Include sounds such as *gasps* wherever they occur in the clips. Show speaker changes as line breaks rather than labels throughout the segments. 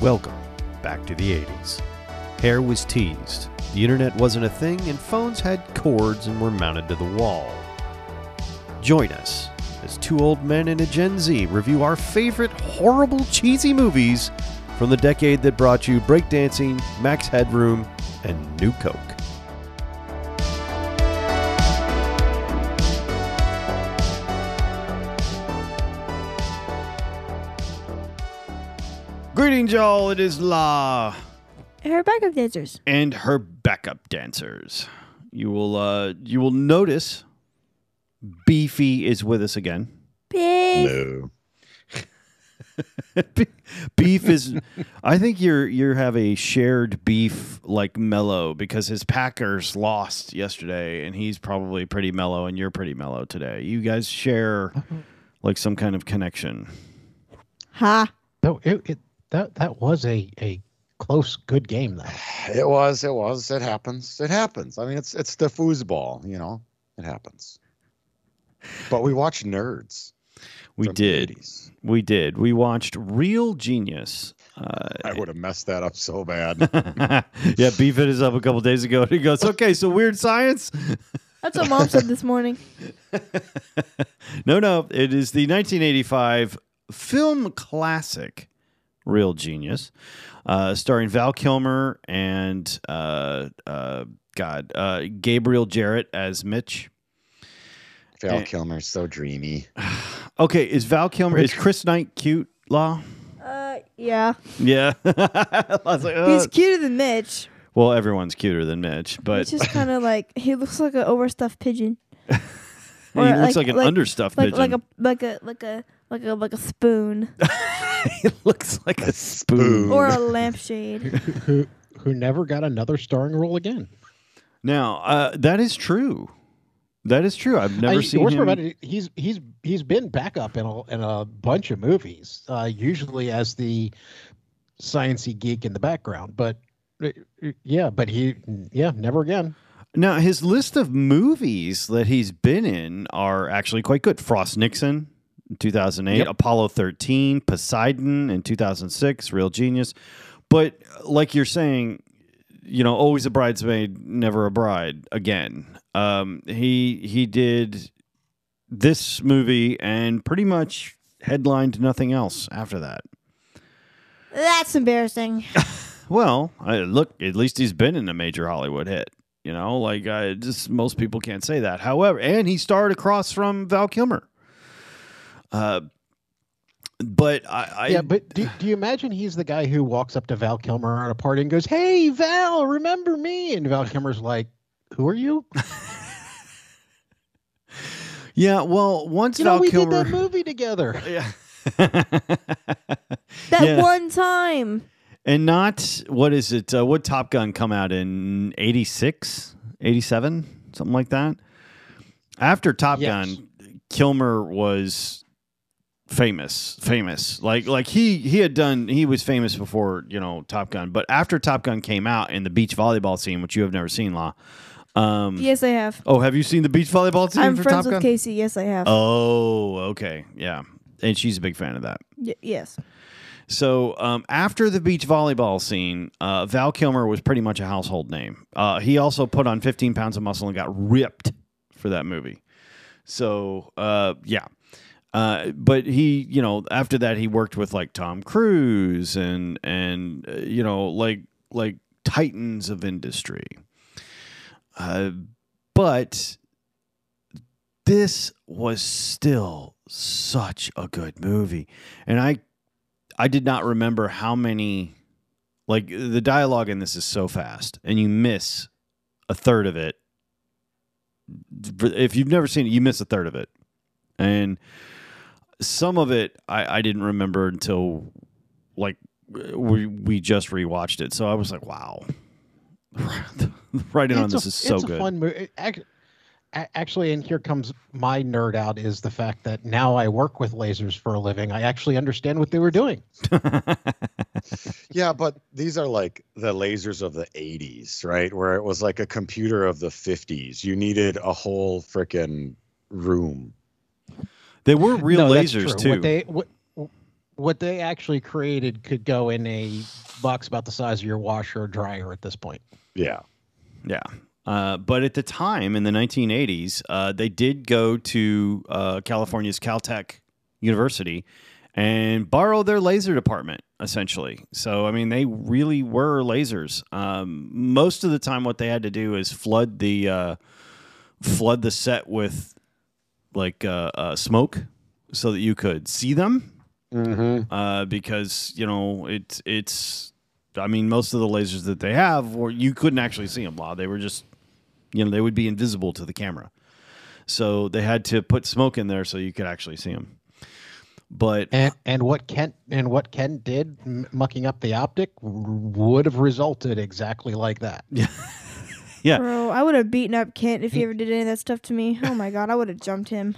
Welcome back to the 80s. Hair was teased, the internet wasn't a thing, and phones had cords and were mounted to the wall. Join us as two old men and a Gen Z review our favorite horrible, cheesy movies from the decade that brought you breakdancing, Max Headroom, and New Coke. Greetings, y'all. It is La
Her backup dancers.
and her backup dancers. You will uh, you will notice Beefy is with us again.
Beef.
No.
*laughs* beef is I think you're you have a shared beef like mellow because his Packers lost yesterday and he's probably pretty mellow and you're pretty mellow today. You guys share like some kind of connection.
Ha.
No, Oh, it, it that that was a a close good game though.
It was. It was. It happens. It happens. I mean, it's it's the foosball. You know, it happens. But we watch nerds.
We
from the
did.
80s.
We did. We watched Real Genius.
I would have messed that up
*laughs*
so bad.
Uh, *laughs* yeah, beef hit us up a couple days ago and he goes, Okay, so weird science.
That's what mom said this morning.
no, no, it is the 1985 film classic, Real Genius, uh, starring Val Kilmer and uh, uh, God, uh, Gabriel Jarrett as Mitch.
Val
Eh.
Kilmer's so dreamy.
Okay, is Val Kilmer is Chris Knight cute? Law,
Uh, yeah.
yeah. *laughs* I was like, uh,
He's cuter than Mitch.
well, everyone's cuter than Mitch, but
He's just kind of like he looks like an overstuffed pigeon,
he
or
looks like,
like-
an
like-
understuffed
like
pigeon.
like a like a like a like a like a spoon
*laughs* he looks like a spoon.
or a
*laughs*
lampshade.
Who who never got another starring role again.
Now, uh, that is true. That is true. I've never
I-
seen
worst
him.
part about it, he's he's he's been backup in a in a bunch of movies, uh, usually as the sciency geek in the background. But uh, yeah, but he yeah never again.
Now, his list of movies that he's been in are actually quite good. Frost Nixon, 2008,
Yep.
Apollo 13, Poseidon in 2006, Real Genius. But like you're saying, you know, always a bridesmaid, never a bride again. Um, he he did this movie and pretty much headlined nothing else after that.
That's embarrassing.
Well, I, look, at least he's been in a major Hollywood hit. You know, like I just most people can't say that. However, and he starred across from Val Kilmer. Uh, but I, I
yeah, but do, do you imagine he's the guy who walks up to Val Kilmer at a party and goes, "Hey Val, remember me?" And Val Kilmer's like, "Who are you?"
yeah. Well, once
You know,
Val
we
Kilmer,
did that movie together.
yeah. *laughs*
That
Yeah.
one time.
and not what is it? Uh, what Top Gun come out in 86, 87, something like that. After Top
Yes.
Gun, Kilmer was famous, famous. Like like he he had done he was famous before you know Top Gun, but after Top Gun came out and the beach volleyball scene, which you have never seen, La. Um,
Yes, I have.
Oh, have you seen the beach volleyball scene
I'm
for
friends
Top
with
Gun?
Casey. Yes, I have.
Oh, okay, yeah, and she's a big fan of that.
Y- yes.
So um, after the beach volleyball scene, uh, Val Kilmer was pretty much a household name. Uh, he also put on 15 pounds of muscle and got ripped for that movie. So uh, yeah, uh, but he, you know, after that he worked with like Tom Cruise and and uh, you know like like titans of industry. Uh, but this was still such a good movie, and I I did not remember how many like the dialogue in this is so fast and you miss a third of it. If you've never seen it, you miss a third of it. And some of it I, I didn't remember until like we we just rewatched it. So I was like, wow. *laughs* Writing on
It's
this
a-
is so
it's
good.
A fun movie. Actually, and here comes my nerd out is the fact that now I work with lasers for a living. I actually understand what they were doing.
Yeah, but these are like the lasers of the 80s, right? Where it was like a computer of the 50s. You needed a whole freaking room.
they were real
No, that's
lasers
true.
too.
What they what, what they actually created could go in a box about the size of your washer or dryer at this point.
Yeah.
Yeah. Uh, but at the time in the 1980s, uh, they did go to uh, California's Caltech University and borrow their laser department, essentially. So, I mean, they really were lasers. Um, most of the time, what they had to do is flood the uh, flood the set with like uh, uh, smoke so that you could see them
Mm-hmm.
uh, because you know it's it's. I mean, most of the lasers that they have, were you couldn't actually see them. Law, they were just, you know, they would be invisible to the camera. So they had to put smoke in there so you could actually see them. But
And and what Kent and what Kent did m- mucking up the optic w- would have resulted exactly like that.
Yeah.
Bro, I would have beaten up Kent if he ever did any of that stuff to me. Oh my god, I would have jumped him.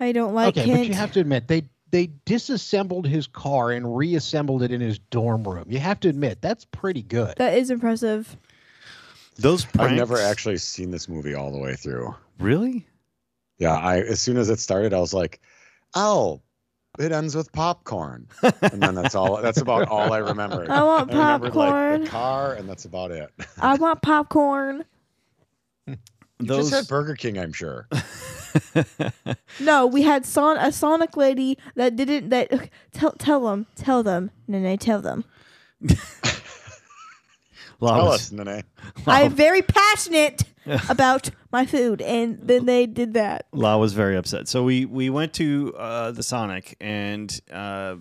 I don't like
okay,
Kent.
but you have to admit they they disassembled his car and reassembled it in his dorm room. You have to admit that's pretty good.
that is impressive.
those pranks,
I've never actually seen this movie all the way through.
really.
Yeah, I as soon as it started, I was like, "Oh, it ends with popcorn," and then that's all. That's about all
*laughs*
I remembered.
I want
I remembered like
Oh, popcorn. Oh,
the car, and that's about it.
I want popcorn.
*laughs* You
Those
just had Burger King, I'm
*laughs*
sure.
No, we had son- a Sonic lady that didn't. That tell tell them, tell them, no, no, tell them.
Law
Tell
was-
us, Nene.
I'm very
*laughs*
passionate about my food, and then they did that.
La was very upset. So we we went to uh, the Sonic and uh,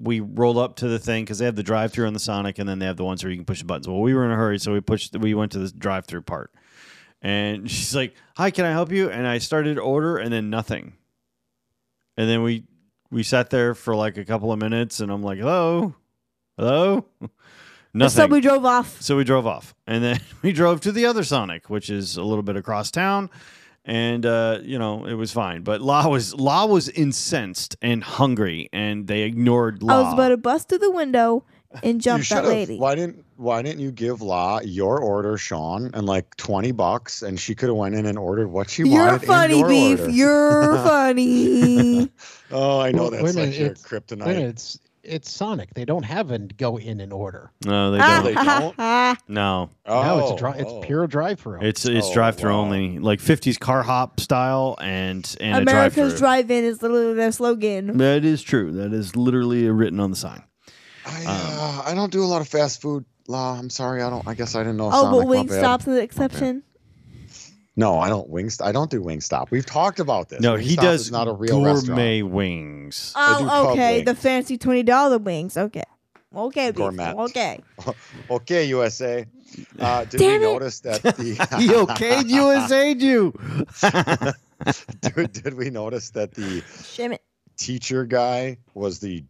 we rolled up to the thing because they have the drive through on the Sonic and then they have the ones where you can push the buttons. Well, we were in a hurry, so we pushed. We went to the drive through part, and *laughs* she's like, "Hi, can I help you?" And I started to order, and then nothing. And then we we sat there for like a couple of minutes, and I'm like, "Hello, hello." *laughs* Nothing.
So we drove off.
So we drove off, and then *laughs* we drove to the other Sonic, which is a little bit across town, and uh, you know it was fine. But La was La was incensed and hungry, and they ignored La.
I was about to bust through the window and
you
jump that
should've.
lady.
Why didn't Why didn't you give La your order, Sean, and like twenty bucks, and she could have went in and ordered what she
You're
wanted. in
funny,
your
beef.
order. *laughs*
You're funny.
Oh, I know
Well, wait
that's
a minute,
like your
it's-
kryptonite.
Wait a minute, it's it's Sonic. They don't have and go in in order.
no, they
Ah, *laughs*
don't.
they
ah,
don't?
ah,
No,
Oh,
no, it's a dri-
oh.
it's pure drive-through.
it's it's
Oh,
drive through
wow.
only, like '50s car hop style, and and a drive
America's
through.
drive-in is literally their slogan.
That is true. That is literally written on the sign.
I,
Um,
uh, I don't do a lot of fast food. La, I'm sorry. I don't. I guess I didn't know.
Oh,
Sonic,
but
my
wing
bad.
stops an exception.
No, I don't wing. I don't do Wingstop. We've talked about this.
No,
Wingstop
he does
Is not a real
gourmet
*laughs*
wings.
I do
Oh,
pub
okay. The
wings.
fancy twenty dollar wings. Okay. Okay, beef.
Gourmet.
Okay.
restaurant. Okay, USA.
*laughs*
Uh, did
Damn
we
it.
notice that the
he *laughs* okayed you and saved you.
*laughs* did, did we notice that the
Shim it.
teacher guy was the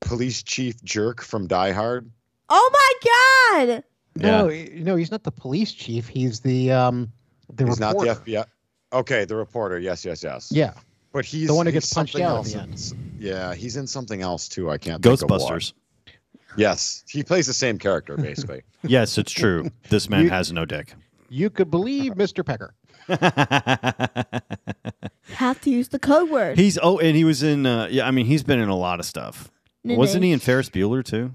police chief jerk from Die Hard?
Oh my God!
no, he- no, he's not the police chief. He's the um the
He's
reporter.
not the FBI. Okay, the reporter. Yes, yes, yes.
Yeah,
but he's
the one who
he's
gets punched
something
out at
else
the
in-
end.
s- Yeah, he's in something else too. I can't. think of what.
Ghostbusters.
Yes, he plays the
*laughs*
same character basically.
Yes, it's true. This man
You-
has no dick.
you could believe Mr. Pecker.
Have to use the code
*laughs*
word.
he's oh, and he was in. Uh, yeah, I mean, he's been in a lot of stuff.
Nene.
Wasn't he in Ferris Bueller too?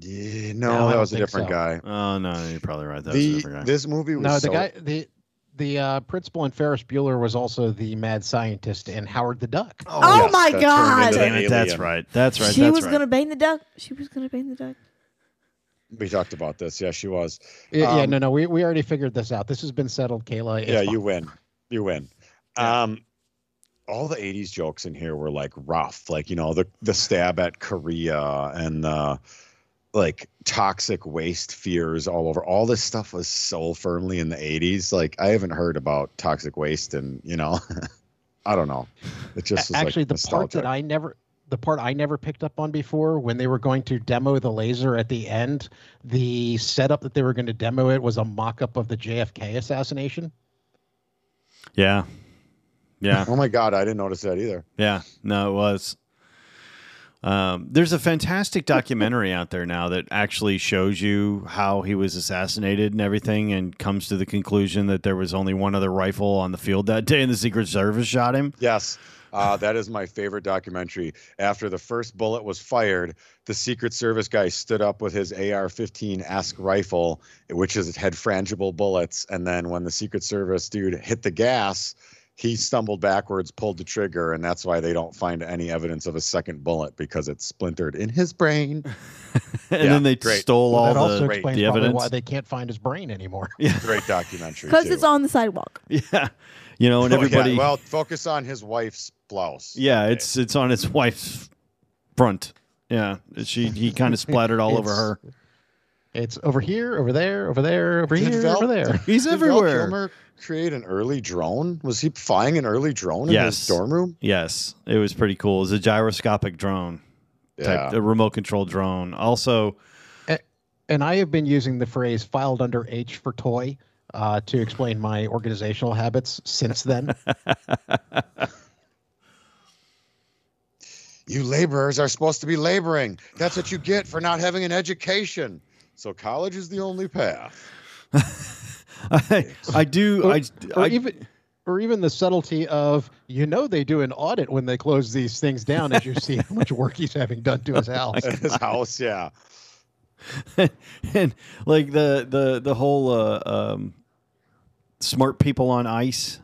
yeah,
No, I
no, that
don't
was a
think
different
so.
guy.
Oh no, you're probably right. That was a
the,
different guy.
this movie was
No, the
so-
guy the the uh, principal in Ferris Bueller was also the mad scientist in Howard the Duck.
Oh,
yes,
my
that turned
God.
into
Damn
an
it, that's
alien.
right. That's right.
she
that's
was
right.
gonna bang the duck. She was gonna bang the duck.
We talked about this. Yeah, she was.
Yeah, yeah,
Um,
no, no, we, we already figured this out. This has been settled, Kayla. It's
yeah,
fine.
you win. You win. Um, all the '80s jokes in here were like rough, like you know the the stab at Korea and the like toxic waste fears all over. All this stuff was so firmly in the '80s. Like I haven't heard about toxic waste, and you know, *laughs* I don't know. It just
A-
was
actually
like,
the part that
nostalgic.
I never the part I never picked up on before when they were going to demo the laser at the end, the setup that they were going to demo it was a mock-up of the JFK assassination.
Yeah, yeah,
Oh my god, I didn't notice that either.
yeah. No, it was. Um, there's a fantastic documentary out there now that actually shows you how he was assassinated and everything, and comes to the conclusion that there was only one other rifle on the field that day, and the Secret Service shot him. *laughs*
Yes. Uh, that is my favorite documentary. After the first bullet was fired, the Secret Service guy stood up with his AR 15 esque rifle, which is, had frangible bullets. And then when the Secret Service dude hit the gas, he stumbled backwards, pulled the trigger, and that's why they don't find any evidence of a second bullet because it splintered in
*laughs*
his brain.
and
Yeah,
then they
great.
stole
that
all
also
the,
great-
explains
the
probably
evidence.
why they can't find his brain anymore.
yeah,
*laughs*
Great documentary.
because
too.
it's on the sidewalk.
*laughs* yeah, you know, and
Oh, yeah.
everybody.
Well, focus on his wife's blouse.
Yeah, it's it's on his wife's front. Yeah, she he
*laughs*
kind of splattered all over
It's-
her.
It's over here, over there, over there, over
Did
here,
Val-
over there.
He's
Did
everywhere.
Val Kilmer create an early drone? Was he flying an early drone in
Yes.
his dorm room?
Yes, it was pretty cool. It was a gyroscopic drone,
Yeah.
type, a remote control drone. Also, *laughs*
And I have been using the phrase "filed under H" for toy uh, to explain my organizational habits since then.
You laborers are supposed to be laboring. That's what you get for not having an education. So college is the only path. *laughs*
I, I do. I,
or
I
even or even the subtlety of you know they do an audit when they close these things down as you see how much work he's having done to *laughs* his house.
his house, yeah.
*laughs* and like the the the whole uh, um, smart people on ice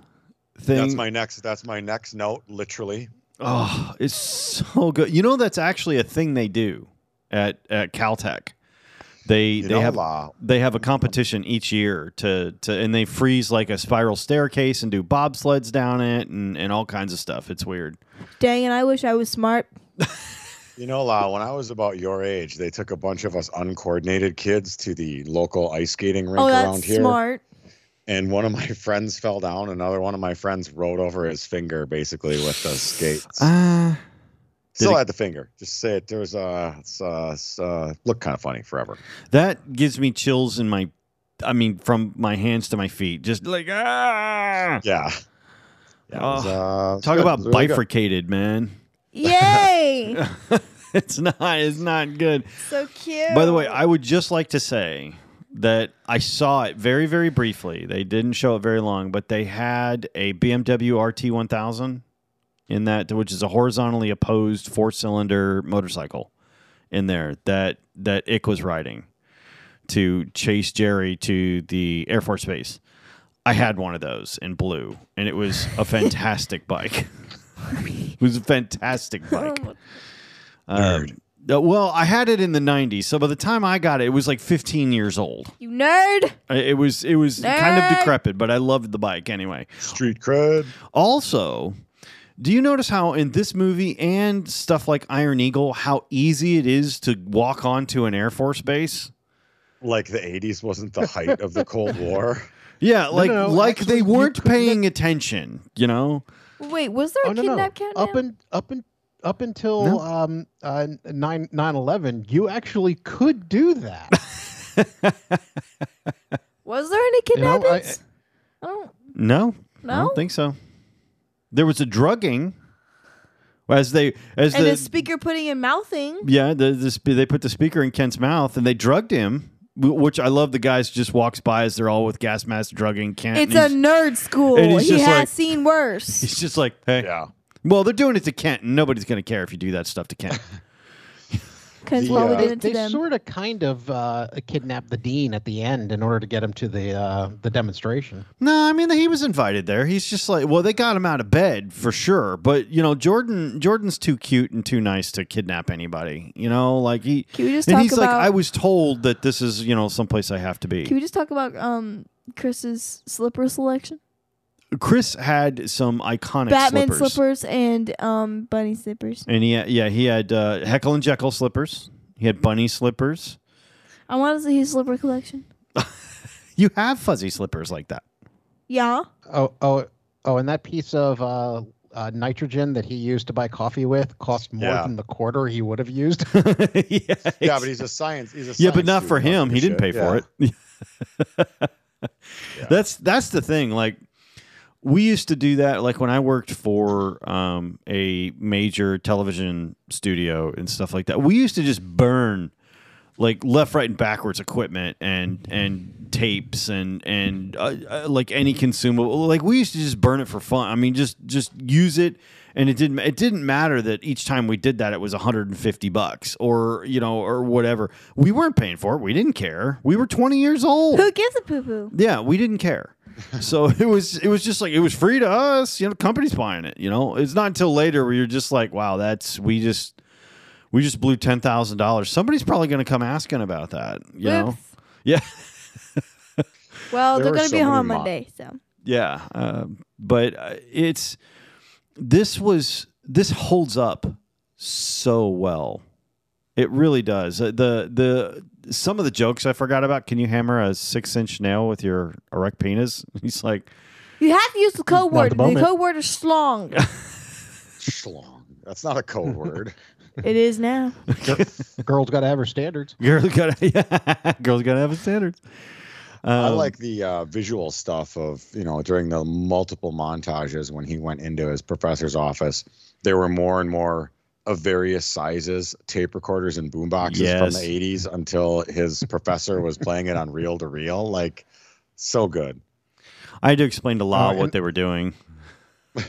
thing.
That's my next that's my next note, literally.
Oh, it's so good. You know, that's actually a thing they do at at Caltech. They
You
they
know,
have
law.
they have a competition each year to to and they freeze like a spiral staircase and do bobsleds down it and and all kinds of stuff. It's weird.
Dang, and I wish I was smart.
You know, La, when I was about your age, they took a bunch of us uncoordinated kids to the local ice skating rink
Oh,
around
that's
*laughs*
here.
smart.
And one of my *laughs* friends fell down. Another one of my friends rolled over his finger basically with the skates.
Uh,
Still
Did it-
had the finger. Just say it. There was uh, it's, uh, it's, uh, looked kind of funny forever.
that gives me chills in my I mean from my hands to my feet. Just like ah.
Yeah. Yeah, it was,
Oh,
uh, it was
Talk
good.
about
It was really good.
bifurcated, man. *laughs*
Yay!
it's not it's not good.
so
*laughs*
cute.
By the way, I would just like to say that I saw it very, very briefly. They didn't show it very long, but they had a BMW RT 1000 in that, which is a horizontally opposed four cylinder motorcycle in there that, that Ick was riding to chase Jerry to the Air Force Base. I had one of those in blue, and it was a fantastic bike. it was a fantastic bike.
Nerd.
Um, uh, well, I had it in the '90s, so by the time I got it, it was like 15 years old.
you nerd.
I- It was it was kind of
Nerd.
decrepit, but I loved the bike anyway.
street cred.
Also, do you notice how in this movie and stuff like Iron Eagle, how easy it is to walk onto an Air Force base?
Like the 80s wasn't the height of the Cold *laughs* War.
Yeah, like
no,
like
actually,
they
you
weren't
couldn't have-
paying attention. You know, *laughs*
Wait, was there a
Oh no, no.
kidnap countdown?
Up and up and up until
No.
um uh, nine nine eleven, you actually could do *laughs* that.
was there any
know, I-
kidnappings? I, don't
no, I
know.
don't think so. There was a drugging as they as
and
the
a speaker putting in mouthing.
Yeah, the, the, sp- they put the speaker in Kent's mouth and they drugged him, w- which I love. The guys just walks by as they're all with gas masks drugging Kent.
It's a
and he's,
nerd school.
and he's
He
just
has
like-
seen worse.
he's just like, hey.
Yeah.
Well, they're doing it to Kent, and nobody's gonna care if you do that stuff to Kent.
Because
The,
well, we
uh,
did
they,
it to them.
sort of kind of uh, kidnapped the dean at the end in order to get him to the uh, the demonstration.
no, I mean he was invited there. He's just like, well, they got him out of bed for sure, but you know, Jordan, Jordan's too cute and too nice to kidnap anybody. You know, like he.
Can we just
And
talk
he's like,
about?
I was told that this is, you know, someplace I have to be.
can we just talk about um Chris's slipper selection?
Chris had some iconic
Batman
slippers.
slippers. and um bunny slippers.
And he had, yeah, he had uh, Heckle and Jekyll slippers. He had bunny slippers.
I want to see his slipper collection.
You have fuzzy slippers like that. *laughs*
Yeah.
Oh oh oh, and that piece of uh, uh, nitrogen that he used to buy coffee with cost more
Yeah.
than the quarter he would have used. *laughs*
yeah,
Yeah, but he's a science. He's a
yeah, but
science
not for
student,
him.
doesn't
He
give a
didn't pay
shit.
*laughs* for
Yeah.
it. That's that's the thing. Like we used to do that like when i worked for um, a major television studio and stuff like that we used to just burn like left right and backwards equipment and and tapes and and uh, uh, like any consumable like we used to just burn it for fun i mean just just use it and it didn't it didn't matter that each time we did that it was 150 bucks or you know or whatever we weren't paying for it we didn't care we were 20 years
*laughs*
old
Who gives a poo poo?
yeah, we didn't care. so it was it was just like it was free to us. You know, companies buying it. You know, it's not until later where you're just like, wow, that's we just we just blew ten thousand dollars. Somebody's probably going to come asking about that. You know,
Oops.
yeah,
*laughs* Well,
There
they're
were
gonna
so
be
many
home
mo-
Monday, so
yeah. Um but uh, it's this was this holds up so well. It really does. Uh, the the some of the jokes I forgot about. Can you hammer a six inch nail with your erect penis? *laughs* He's like,
you have to use the code
the
word. The,
moment.
code word is slong.
Schlong. That's not
*laughs*
a code word.
it is now.
Girl's got to have her standards.
Girls gotta, *laughs* yeah, girls gotta have a standards.
I
Um,
like the uh, visual stuff of you know during the multiple montages when he went into his professor's office, there were more and more of various sizes tape recorders and boomboxes from
Yes.
the '80s until his professor was playing it on reel to reel. Like, so good.
I had to explain to La
Oh, and-
what they were doing.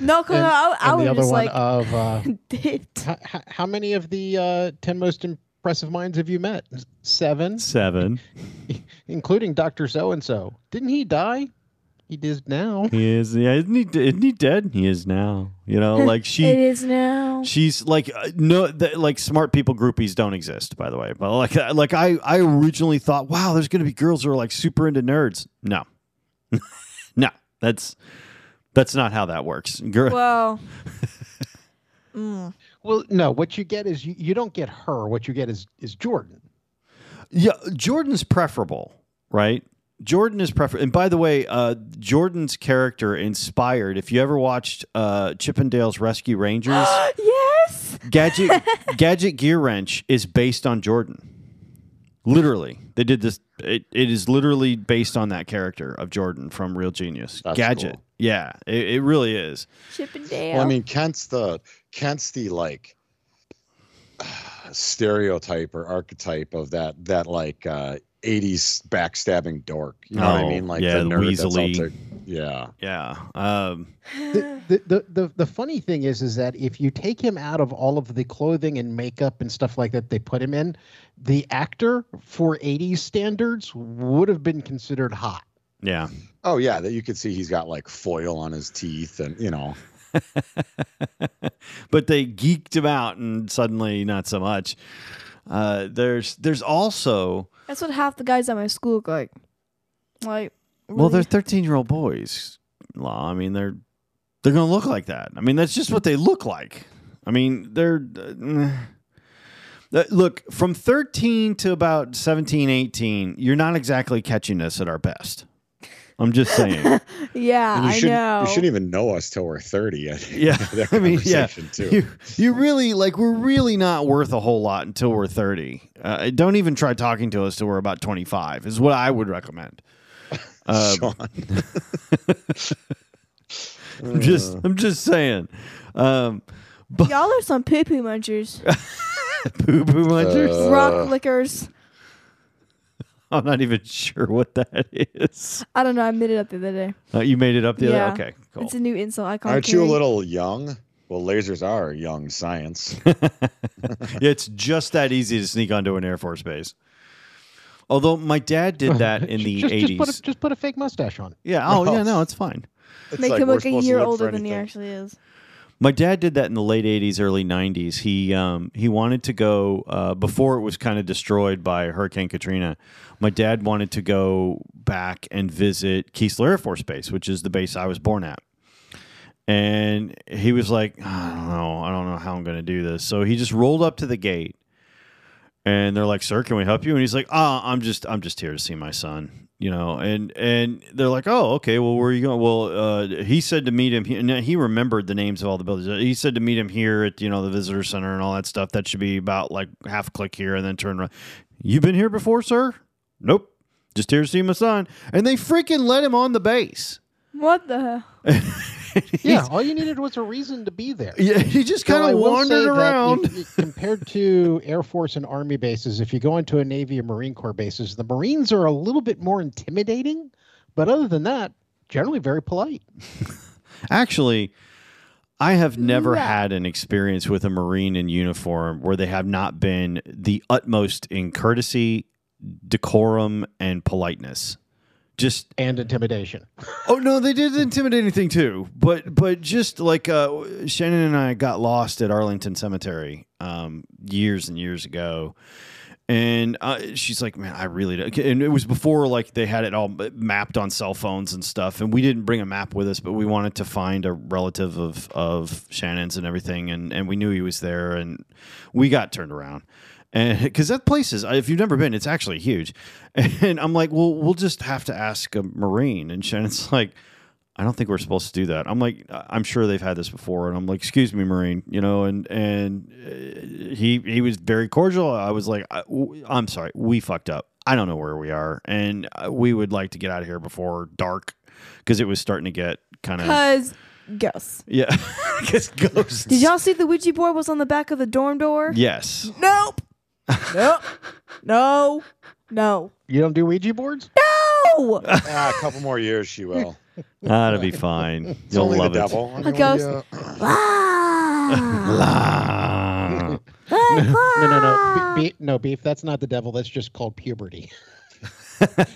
No, cause
And-
I, I
and
was
the other
just
one
like,
of uh,
*laughs* dipped.
how, how many of the uh, ten most impressive minds have you met? Seven,
Seven.
including Doctor So and So. Didn't he die? He did now.
He is. Yeah, isn't he? Isn't he dead? He is now. You know, like
it
she.
is now.
She's like uh, no, the, like smart people groupies don't exist, by the way. But like, uh, like I, I originally thought, wow, there's gonna be girls who are like super into nerds. No, *laughs* no, that's that's not how that works. Girl,
Well. Mm.
Well, no. What you get is you, you don't get her. What you get is is Jordan.
Yeah, Jordan's preferable, right? Jordan is preferable. And by the way, uh, Jordan's character inspired. If you ever watched uh, Chippendale's Rescue
*gasps*
Rangers,
*gasps* yes.
Gadget Gadget Gear Wrench is based on Jordan. Literally, they did this. It, it is literally based on that character of Jordan from Real Genius.
That's
Gadget,
cool.
yeah, it, it really is.
Chippendale.
Well, I mean, Kent's the Kent's the like stereotype or archetype of that that like uh, '80s backstabbing dork. You know what I
Oh,
mean? Like
yeah,
the
the
nerd that's all
weaselly-
to- yeah.
Yeah, um,
Ah.
the, the- the, the, the funny thing is is that if you take him out of all of the clothing and makeup and stuff like that they put him in the actor for 80s standards would have been considered hot
yeah.
Oh yeah, that you could see he's got like foil on his teeth, and you know,
*laughs* but they geeked him out, and suddenly not so much. Uh, there's there's also
*sighs* That's what half the guys at my school look like. Like,
well, they're
really?
thirteen year old boys. Law, I mean they're they're gonna look like that. I mean that's just what they look like. I mean they're uh, meh. Uh, look from 13 to about 17 18 you're not exactly catching us at our best i'm just saying
yeah,
And you
I
shouldn't
know.
you shouldn't even know us till we're thirty. I think,
Yeah,
*laughs* that
*laughs* I mean, yeah.
conversation, too.
you, you really like we're really not worth a whole lot until we're 30 uh, don't even try talking to us till we're about 25 is what i would recommend uh, I'm just i'm just saying um
*laughs*
*laughs*
Y'all are some poo poo munchers,
poo poo munchers
Uh.
rock lickers.
i'm not even sure what that is
I don't know. I made it up the other day.
uh, you made it up the
Yeah.
other okay cool
It's a new insult I call.
aren't you a little young? Well, lasers are
*laughs*
young science.
yeah, it's just that easy to sneak onto an air force base although my dad did that
*laughs*
in the
just,
80s
just put, a, just put a fake mustache on
yeah oh
Well,
yeah no it's fine
It's
Make
like
him
we're
look a
supposed to
year
look for
older than he
anything.
actually is.
My dad did that in the late '80s, early '90s. He um, he wanted to go uh, before it was kind of destroyed by Hurricane Katrina. My dad wanted to go back and visit Keesler Air Force Base, which is the base I was born at. And he was like, I don't know, I don't know how I'm going to do this. So he just rolled up to the gate, and they're like, "Sir, can we help you?" And he's like, "Ah, I'm just I'm just here to see my son." You know, and and they're like, "Oh, okay. Well, where are you going?" Well, uh, he said to meet him. He, and he remembered the names of all the buildings. Uh, He said to meet him here at you know the visitor center and all that stuff. That should be about like half a click here and then turn around. You've been here before, sir? Nope. Just here to see my son. And they freaking let him on the base.
What the hell?
Yeah, all you needed was a reason to be there.
yeah, *laughs* he just
So
kind
I
of
will say
wandered
that
around.
if- if compared to Air Force and Army bases, if you go into a Navy or Marine Corps bases, the Marines are a little bit more intimidating, but other than that, generally very polite.
Actually, I have never
Yeah.
had an experience with a Marine in uniform where they have not been the utmost in courtesy, decorum, and politeness. Just
And intimidation.
Oh no, they did the intimidating thing too, but but just like uh, Shannon and I got lost at Arlington Cemetery um, years and years ago, and uh, she's like, "Man, I really," don't. and it was before like they had it all mapped on cell phones and stuff, and we didn't bring a map with us, but we wanted to find a relative of of Shannon's and everything, and and we knew he was there, and we got turned around. And *laughs* because that place is, if you've never been, it's actually huge. *laughs* And I'm like, well, we'll just have to ask a Marine. And Shannon's *laughs* like, I don't think we're supposed to do that. I'm like, I- I'm sure they've had this before. And I'm like, excuse me, Marine, you know, and, and uh, he, he was very cordial. I was like, I, am sorry, we fucked up. I don't know where we are. And uh, we would like to get out of here before dark because it was starting to get kind of,
Cause ghosts.
yeah, *laughs* because ghosts.
Did y'all see the Ouija board was on the back of the dorm door?
Yes.
*laughs*
Nope. nope. No. No.
You don't do Ouija boards?
No.
*laughs*
*laughs*
ah, a couple more years, she will.
That'll be fine. You'll
It's only
love
the
it.
devil. I
A ghost.
*laughs*
yeah.
La.
La.
No, no, no, Be- be- no beef. That's not the devil. That's just called puberty.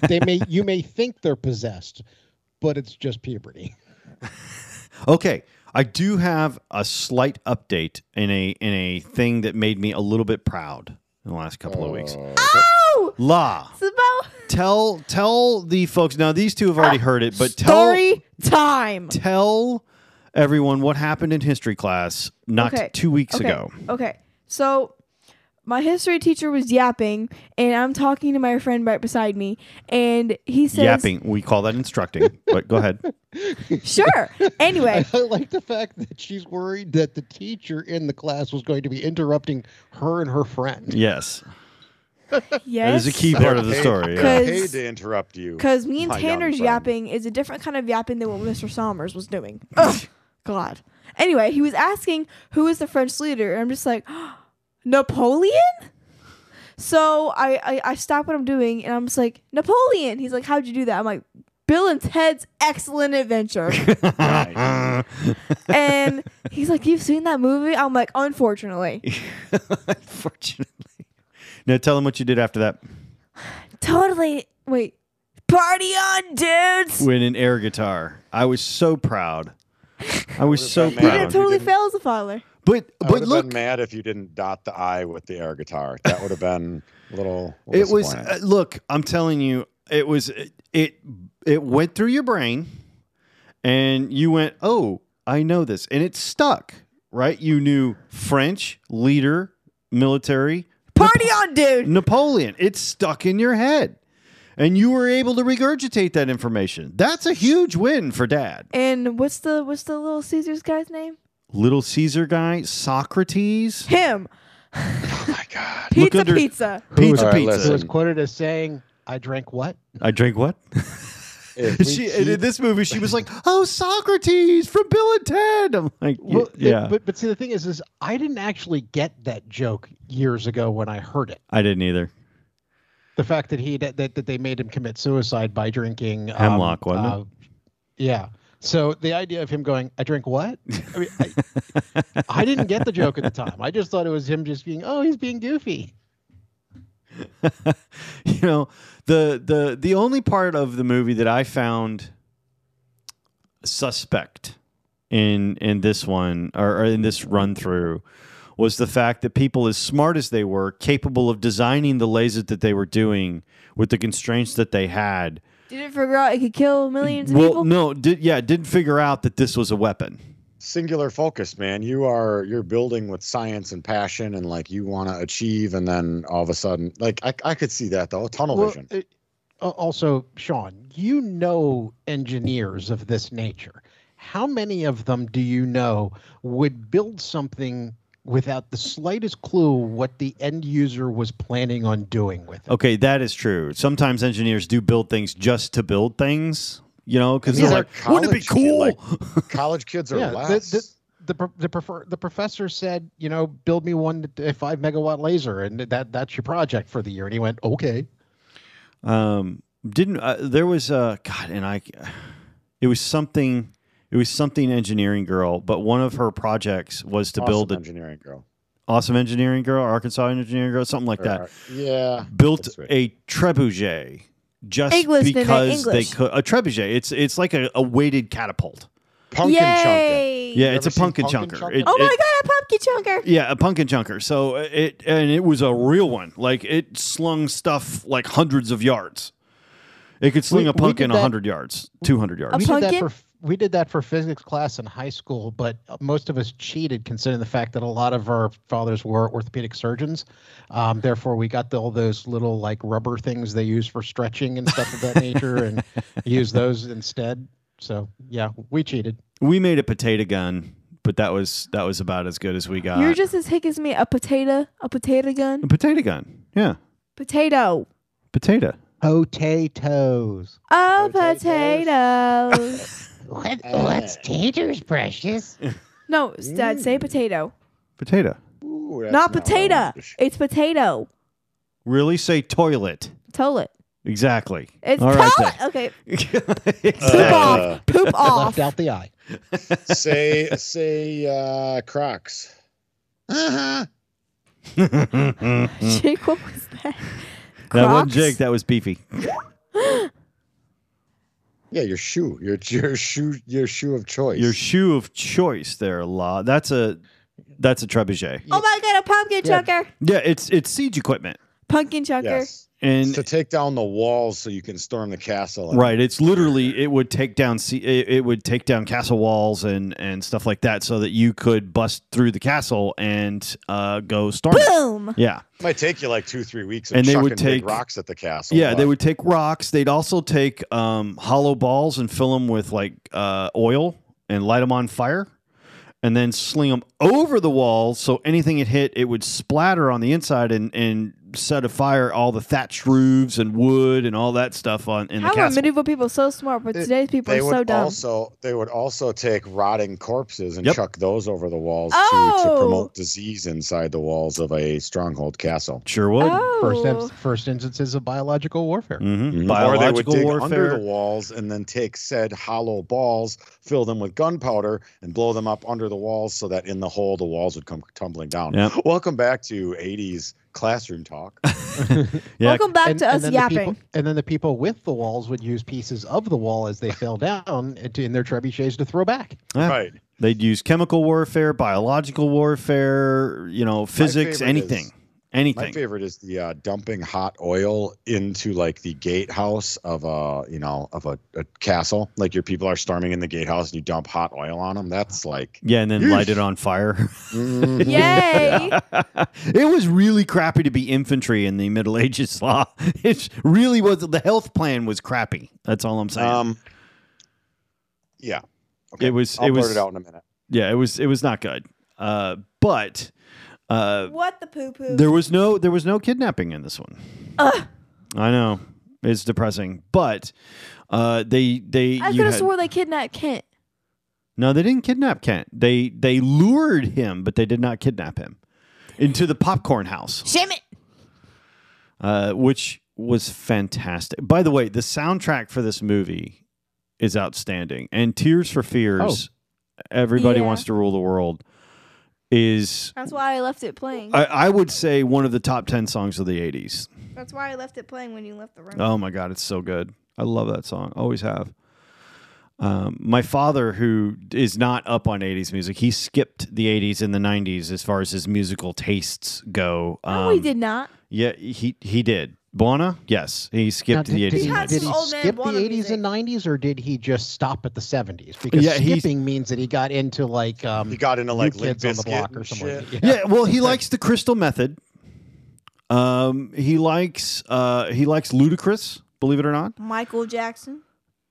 they may, you may think they're possessed, but it's just puberty.
Okay, I do have a slight update in a in a thing that made me a little bit proud in the last couple of weeks.
Uh,
Oh,
La,
it's about
tell tell the folks. Now these two have already heard it, but tell
story time.
tell everyone what happened in history class not
Okay.
two weeks
okay.
ago.
Okay. So my history teacher was yapping, and I'm talking to my friend right beside me, and he says,
Yapping. We call that
*laughs*
instructing. but go ahead.
Sure. Anyway,
*laughs* I like the fact that she's worried that the teacher in the class was going to be interrupting her and her friend.
*laughs*
Yes, *laughs* that
yes.
is a key
They're
part of the
paid-
story.
they're
Yeah.
Cause-
paid to interrupt you.
Because me and
My young
Tanner's
friend.
yapping is a different kind of yapping
*laughs*
than what Mr. Somers was doing. Ugh, God. Anyway, he was asking who is the French leader, and I'm just like, *gasps* Napoleon. So I, I I stop what I'm doing, and I'm just like, Napoleon. He's like, How'd you do that? I'm like, Bill and Ted's Excellent
*laughs*
Adventure.
*laughs*
*laughs* and he's like, You've seen that movie? I'm like, Unfortunately.
*laughs*
Unfortunately. Now tell them what you did after that.
totally. Wait. Party on, dudes.
Win an air guitar. I was so proud. I was so
Would've been
you
mad.
proud.
didn't totally
didn't-
fail as a filer.
But
I
but
would have
look,
been mad if you didn't dot the I with the air guitar. That would have been a little. a
it
little
was
disappointing.
uh, look. I'm telling you, it was it, it went through your brain, and you went, "Oh, I know this," and it stuck. Right? You knew French leader, military,
Party on, dude.
Napoleon. It stuck in your head, and you were able to regurgitate that information. That's a huge win for Dad.
And what's the what's the little Caesar's guy's name?
Little Caesar guy, Socrates,
Him.
uh,
Oh my god.
*laughs* Look
Pizza
under-
pizza.
pizza,
All right,
pizza.
Who was
Listen.
quoted as saying, I drank what?
I drank what?
If we
she
keep-
and in this movie she *laughs* was like, "Oh, Socrates from Bill and Ted." I'm like, "Y-
Well, it-
"Yeah,
but but see the thing is is I didn't actually get that joke years ago when I heard it.
I didn't either." *laughs*
The fact that he that that, that they made him commit suicide by drinking um,
Hemlock, wasn't it?
Yeah. So the idea of him going, I drink what? I, mean, I,
*laughs*
I didn't get the joke at the time. I just thought it was him just being, oh, he's being goofy.
you know, the the the only part of the movie that I found suspect in in this one or, or in this run through was the fact that people as smart as they were capable of designing the lasers that they were doing with the constraints that they had
Didn't figure out it could kill millions of
well
people.
no did yeah didn't figure out that this was a weapon
singular focus, man. You are you're building with science and passion, and like you want to achieve, and then all of a sudden, like I, I could see that though. Tunnel
Well,
vision.
it- al- also, Sean, you know engineers of this nature. How many of them do you know would build something without the slightest clue what the end user was planning on doing with it?
Okay, that is true. Sometimes engineers do build things just to build things, you know, because
These
they're
are
like, wouldn't it be
college kid,
cool?
like- College kids are
Yeah, the-
less.
the- the pro- the prefer, the professor said, you know, build me one uh, five megawatt laser, and that that's your project for the year. And he went, okay.
um, didn't uh, there was uh, God and I, it was something, it was something engineering girl, but one of her projects was to build
Awesome
an
engineering girl.
awesome engineering girl, Arkansas engineering girl, something like
Or-
that.
or- yeah.
built
That's right.
a trebuchet just
English, Nene,
because they
English.
could a trebuchet. It's it's like a, a weighted catapult.
Pumpkin chunker.
Yay!
Yeah,
You
it's
ever
a
seen
pumpkin,
Pumpkin
chunker.
Chunker?
It-
Oh my
it-
god, a pumpkin chunker.
Yeah, a pumpkin chunker. So uh, it and it was a real one. Like it slung stuff like hundreds of yards. It could sling
We-
a
we did
pumpkin
that-
hundred yards, two hundred yards.
A
we did that
pumpkin?
for we did that for physics class in high school, but uh, most of us cheated, considering the fact that a lot of our fathers were orthopedic surgeons. Um, therefore, we got the, all those little like rubber things they use for stretching and stuff of that nature,
*laughs*
and use those instead. So yeah, we cheated.
we made a potato gun, but that was that was about as good as we got.
You're just as hick as me. A potato, a potato gun,
a potato gun. Yeah.
potato.
Potato.
Potatoes.
Oh,
Potatoes.
potatoes.
What,
Uh.
what's taters, precious?
no, Dad, say
Mm.
potato.
Potato.
Ooh, that's
Not
what I
potato.
wanted to sh-
It's potato.
Really say toilet.
Toilet.
Exactly.
It's
All right
toilet.
*laughs* then.
okay. Poop
Exactly.
Uh,
off. Poop off.
Left out the eye.
say say uh, Crocs. Uh-huh.
that
*laughs* Jake, what was that?
wasn't
Crocs?
Jake. That was Beefy.
Yeah, your shoe. Your your shoe your shoe of choice.
Your shoe of choice, there, La. That's a that's a trebuchet.
Oh my god, a pumpkin
Yeah.
chunker.
Yeah, it's it's siege equipment,
Pumpkin chunker.
yes.
and
to take down the walls so you can storm the castle. and-
right, it's literally it would take down se- it, it would take down castle walls and and stuff like that, so that you could bust through the castle and uh, go storm. it.
Boom.
Yeah,
Might take you like two three weeks. Of
And they would
chucking big
take-
rocks at the castle.
yeah, they
but-
would take rocks. They'd also take um, hollow balls and fill them with like uh, oil and light them on fire, and then sling them over the walls. So anything it hit, it would splatter on the inside and and set afire all the thatched roofs and wood and all that stuff on in the
How are
castle.
medieval people so smart, but
They-
today's people
They
are
would
so dumb?
also they would also take rotting corpses and
Yep.
chuck those over the walls to,
Oh.
to promote disease inside the walls of a stronghold castle.
sure would.
Oh.
First, ins- first instances of biological warfare.
hmm
Mhm.
Biological
or they would dig
warfare.
under the walls and then take said hollow balls, fill them with gunpowder, and blow them up under the walls so that in the hole the walls would come tumbling down.
Yep.
Welcome back to 80s classroom
*laughs*
talk.
Yeah.
Welcome back
and,
to
and
us
then
yapping.
The people, and then the people with the walls would use pieces of the wall as they fell down into, in their trebuchets to throw back.
Yeah.
right.
They'd use chemical warfare, biological warfare, you know, physics,
favorite
anything,
is- My
anything.
favorite is the uh, dumping hot oil into like the gatehouse of a you know of a, a castle. Like your people are storming in the gatehouse and you dump hot oil on them.
*laughs*
That's like
Yeah, and then
Yeesh.
light it on fire.
mm,
Yay.
*laughs* it was really crappy to be infantry in the Middle Ages *laughs* law. It really was. The health plan was crappy. That's all I'm saying.
um, yeah. Okay.
it was.
I'll
it was.
blurt it out in a minute.
Yeah, it was. It was not good. Uh, but uh,
*laughs* what the poo poo?
there was no. There was no kidnapping in this one.
Ugh.
I know it's depressing, but uh, they they
I
you
could have
had-
swore they kidnapped Kent.
No, they didn't kidnap Kent. They they lured him, but they did not kidnap him into the popcorn house.
Shame it.
uh, which was fantastic. By the way, the soundtrack for this movie is outstanding, and Tears for Fears, Everybody
Yeah.
Wants to Rule the World, is
That's why I left it playing.
I, I would say one of the top ten songs of the '80s.
That's why I left it playing when you left the room.
Oh my God, it's so good. I love that song. Always have. Um, my father, who is not up on 80s music, he skipped the 80s and the 90s as far as his musical tastes go.
no, Oh, he
Um,
did not.
Yeah, he he did. Buona? Yes, he skipped
Now,
the
did-
'80s.
Did,
and
had
90s.
did
some
he
old man
skip the
wanna
80s
music.
and 90s, or did he just stop at the 70s? Because
Yeah, he's-
skipping means that he got into like um,
He got into like
New
Limp
Kids on the
Bizkit
Block or
and
something. *laughs*
shit.
Yeah, well, he likes the crystal method. Um, he likes uh, he likes Ludacris, believe it or not.
Michael Jackson.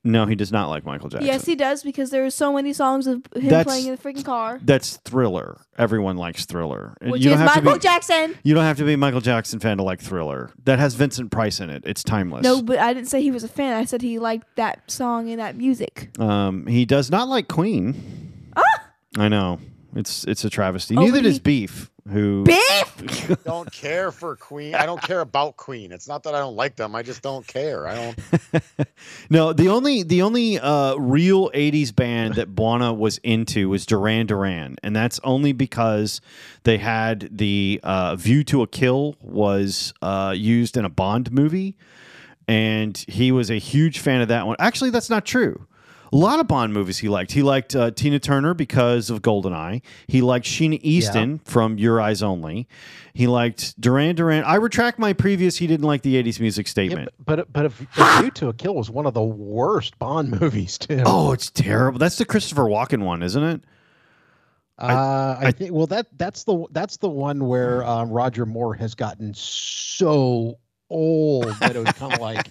No, he does not like Michael Jackson.
Yes, he does because there are so many songs of him
That's-
playing in the freaking car,
That's Thriller. Everyone likes Thriller. And
which
you
is
don't have to
Michael
be,
Jackson.
You don't have to be a Michael Jackson fan to like Thriller. That has Vincent Price in it. It's timeless.
No, but I didn't say he was a fan. I said he liked that song and that music.
Um, he does not like Queen. I know. It's it's a travesty.
Ah! Oh,
Neither
but
does
he-
Beef, who
Biff,
don't care for Queen. I don't care about Queen. It's not that I don't like them. I just don't care. I
*laughs*
don't.
No, the only the only uh, real '80s band that Buona was into was Duran Duran, and that's only because they had the uh, "View to a Kill" was uh, used in a Bond movie, and he was a huge fan of that one. Actually, that's not true. A lot of Bond movies he liked. He liked uh, Tina Turner because of Goldeneye. He liked Sheena Easton from Your Eyes Only. He liked Duran Duran. I retract my previous. He didn't like the '80s music
Yeah,
statement.
but but if, if View to a Kill was one of the worst Bond *laughs* movies too.
Oh, it's terrible. That's the Christopher Walken one, isn't it?
Uh, I,
I-
think well that that's the that's the one where um, Roger Moore has gotten so old that it was kind of like,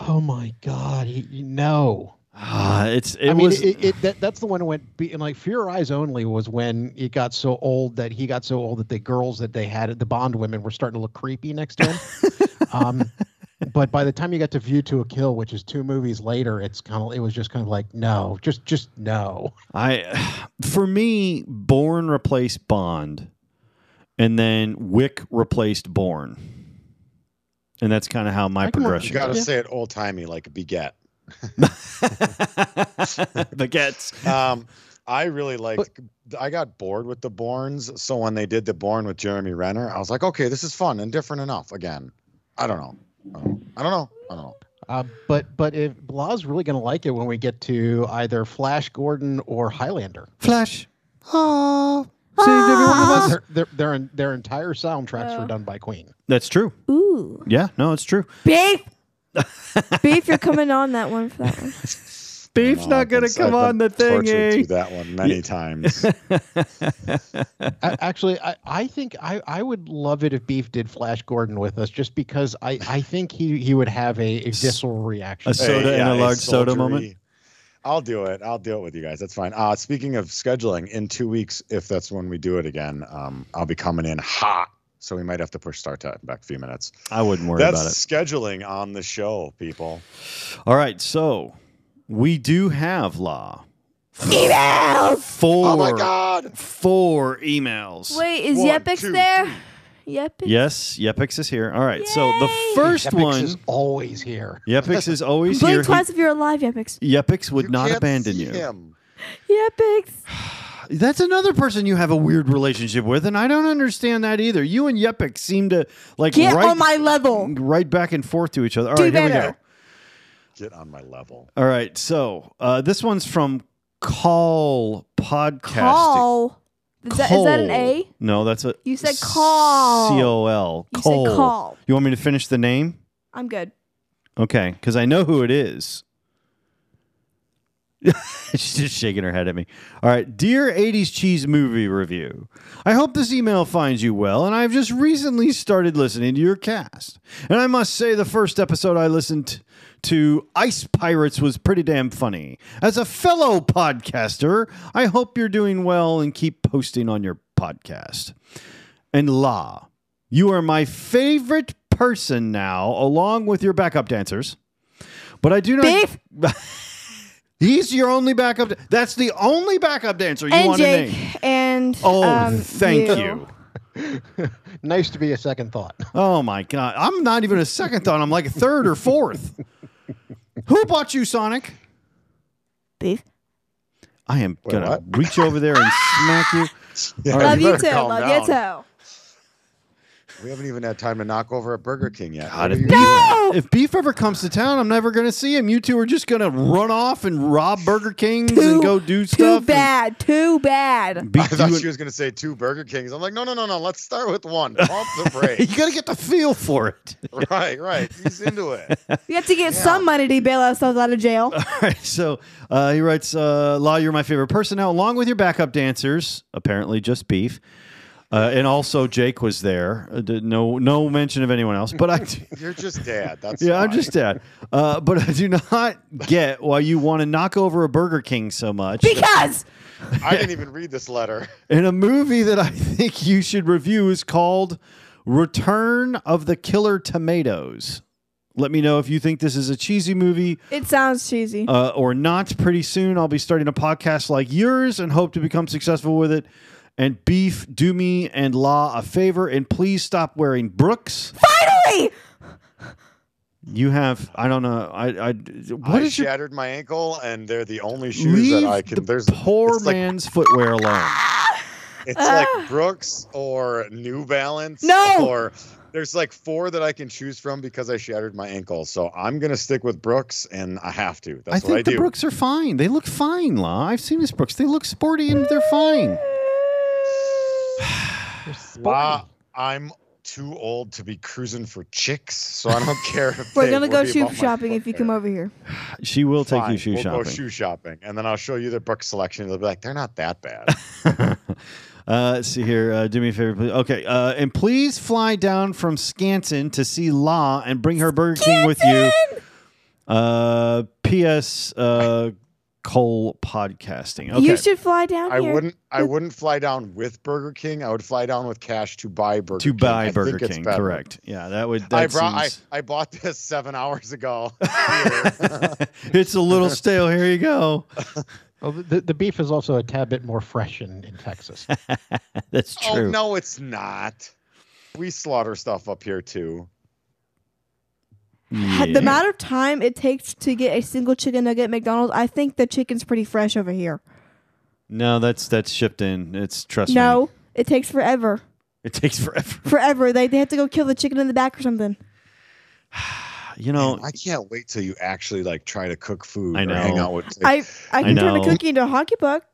oh my god, he, he- no.
Ah, it's it
I mean,
was
it, it, that, that's the one that went be- and like For Your Eyes Only was when it got so old that he got so old that the girls that they had the Bond women were starting to look creepy next to him. um, but by the time you got to View to a Kill, which is two movies later, it's kind of it was just kind of like no, just just no.
I for me Born replaced Bond, and then Wick replaced Born, and that's kind of how my
I can work-
You
progression.
got to
goes.
Yeah.
say it old timey, like beget.
*laughs* Baguettes.
Um, I
*laughs*
really liked. I got bored with the Borns, so when they did the Born with Jeremy Renner, I was like, okay, this is fun and different enough. Again, I don't know. I don't know. I don't know. I don't know.
Uh, but but if Blah's really going to like it when we get to either Flash Gordon or Highlander.
Flash. Oh,
Ah.
Their, their, their, en- their entire soundtracks
Uh.
Oh.
were done by Queen.
That's true.
ooh,
Yeah, no, it's true.
Biff, Biff, you're coming on that one for that one.
Beef's
No,
not
I've been-
gonna
I've
come
been
on the eh?
tortured through
thingy. *laughs*
that one many times.
I, actually, I, I think I, I would love it if Beef did Flash Gordon with us just because I, I think he, he would have a, a visceral reaction.
a soda and a large soda moment?
soldiery. I'll do it. I'll do it with you guys. That's fine. Uh, speaking of scheduling, in two weeks, if that's when we do it again, um, I'll be coming in hot. So we might have to push start time back a few minutes.
I wouldn't worry
That's
about it.
scheduling on the show, people.
All right, so we do have law.
*laughs* Emails.
Four.
oh my God!
Four emails.
Wait, is
One,
Yepix
two,
there? Yepix.
Yes, Yepix is here. All right, so the
Yay!
first
Epix
one,
is always here.
Yepix is
*laughs*
always
Blink
here. He-
twice if you're alive, Yepix.
Yepix would
You
not
can't
abandon
see
you.
him.
Yepix.
That's another person you have a weird relationship with, and I don't understand that either. You and Yepix seem to like
Get
right,
on my level.
right back and forth to each other. All
Do
right, here we
better.
go.
Get on my level.
All right, so uh, this one's from Call Podcasting.
Call. Is that, is that an A?
Cole. No, that's a
You said call.
C O L.
You
Cole.
said call.
You want me to finish the name?
I'm good.
Okay, because I know who it is. *laughs* She's just shaking her head at me. All right, dear 80s cheese movie review. I hope this email finds you well, and I've just recently started listening to your cast. And I must say, the first episode I listened to, Ice Pirates, was pretty damn funny. As a fellow podcaster, I hope you're doing well and keep posting on your podcast. And La, you are my favorite person now, along with your backup dancers. But I do not. *laughs*
Beef.
He's your only backup. da- That's the only backup dancer you
and
want to
Jake.
name.
And
Oh,
um,
thank you.
nice to be a second thought.
Oh my god, I'm not even a second thought. I'm like a third or fourth. Who bought you, Sonic?
Beef.
I am
Wait,
gonna
what?
reach over there and smack you.
Yeah,
Alright.
Love you
better
too.
calm
Love you
down.
too.
We haven't even had time to knock over a Burger King yet.
God,
What
if,
are you
beef,
doing?
No!
if Beef ever comes to town, I'm never gonna see him. You two are just gonna run off and rob Burger Kings and
Too-
go do
Too
stuff. and-
bad. Too bad.
Beef,
*laughs* I thought
you,
she was going to say two Burger Kings. I'm like, no, no, no, no. Let's start with one. Pump
*laughs*
the
you
brakes.
gotta get the feel for it.
right, right. He's into it.
We have to get
Yeah.
some money to bail ourselves out
*laughs*
of jail.
All right, so uh, he writes, uh, "Law, you're my favorite person now, along with your backup dancers. Apparently, just beef. Uh, and also Jake was there. Uh, did- No, no mention of anyone else. But I, do-
You're just dad. That's
yeah, I'm
fine.
just dad. Uh, but I do not get why you want to knock over a Burger King so much
Because
*laughs*
I didn't even read this letter.
And a movie that I think you should review is called Return of the Killer Tomatoes. Let me know if you think this is a cheesy movie
it sounds cheesy.
uh, or not. Pretty soon, I'll be starting a podcast like yours and hope to become successful with it. And Beef, do me and Law a favor and please stop wearing Brooks.
Finally,
You have, I don't know, I, I
I
what is your
shattered my ankle, and they're the only shoes
leave
that I can.
the
There's
poor
it's like-
man's footwear alone.
It's
Ah.
like Brooks or New Balance.
No!
Or there's like four that I can choose from because I shattered my ankle. So I'm gonna stick with Brooks, and I have to. That's
I
what
think
I
the
do.
Brooks are fine. They look fine, La. I've seen these Brooks. They look sporty and they're fine.
*laughs* They're sporty.
Ma, I'm too old to be cruising for chicks, so I don't *laughs* care. If
we're
they
gonna go
worry
shoe
about my
shopping if you come
footwear.
over here.
She will take
Fine,
you shoe
we'll
shopping.
Go shoe shopping, and then I'll show you the Brooks selection. They'll be like, they're not that
*laughs*
bad.
*laughs* uh, let's see here. Uh, do me a favor, please. Okay. Uh, and please fly down from Scanson to see La and bring her Burger King with you. Uh, P.S. Uh, Cole podcasting. Okay.
You should fly down
I
here.
wouldn't. I wouldn't fly down with Burger King. I would fly down with cash to buy Burger
to
King. I
buy
think
Burger
it's
King,
better.
correct? Yeah, that would. That
I brought.
seems-
I, I bought this seven hours
*laughs*
ago. *laughs*
it's a little stale. Here you go.
Well, the, the beef is also a tad bit more fresh in, in Texas.
*laughs* That's
oh
true.
no, it's not. We slaughter stuff up here too.
Ha-
Yeah.
The amount of time it takes to get a single chicken nugget at McDonald's, I think the chicken's pretty fresh over here.
No, that's that's shipped in. It's trust me.
no, it takes forever.
It takes forever.
Forever. They, they have to go kill the chicken in the back or something.
You
No,
know,
I can't wait till you actually like try to cook food
I
or hang
know.
out with.
I I
I
can turn a
know.
cookie into a hockey puck.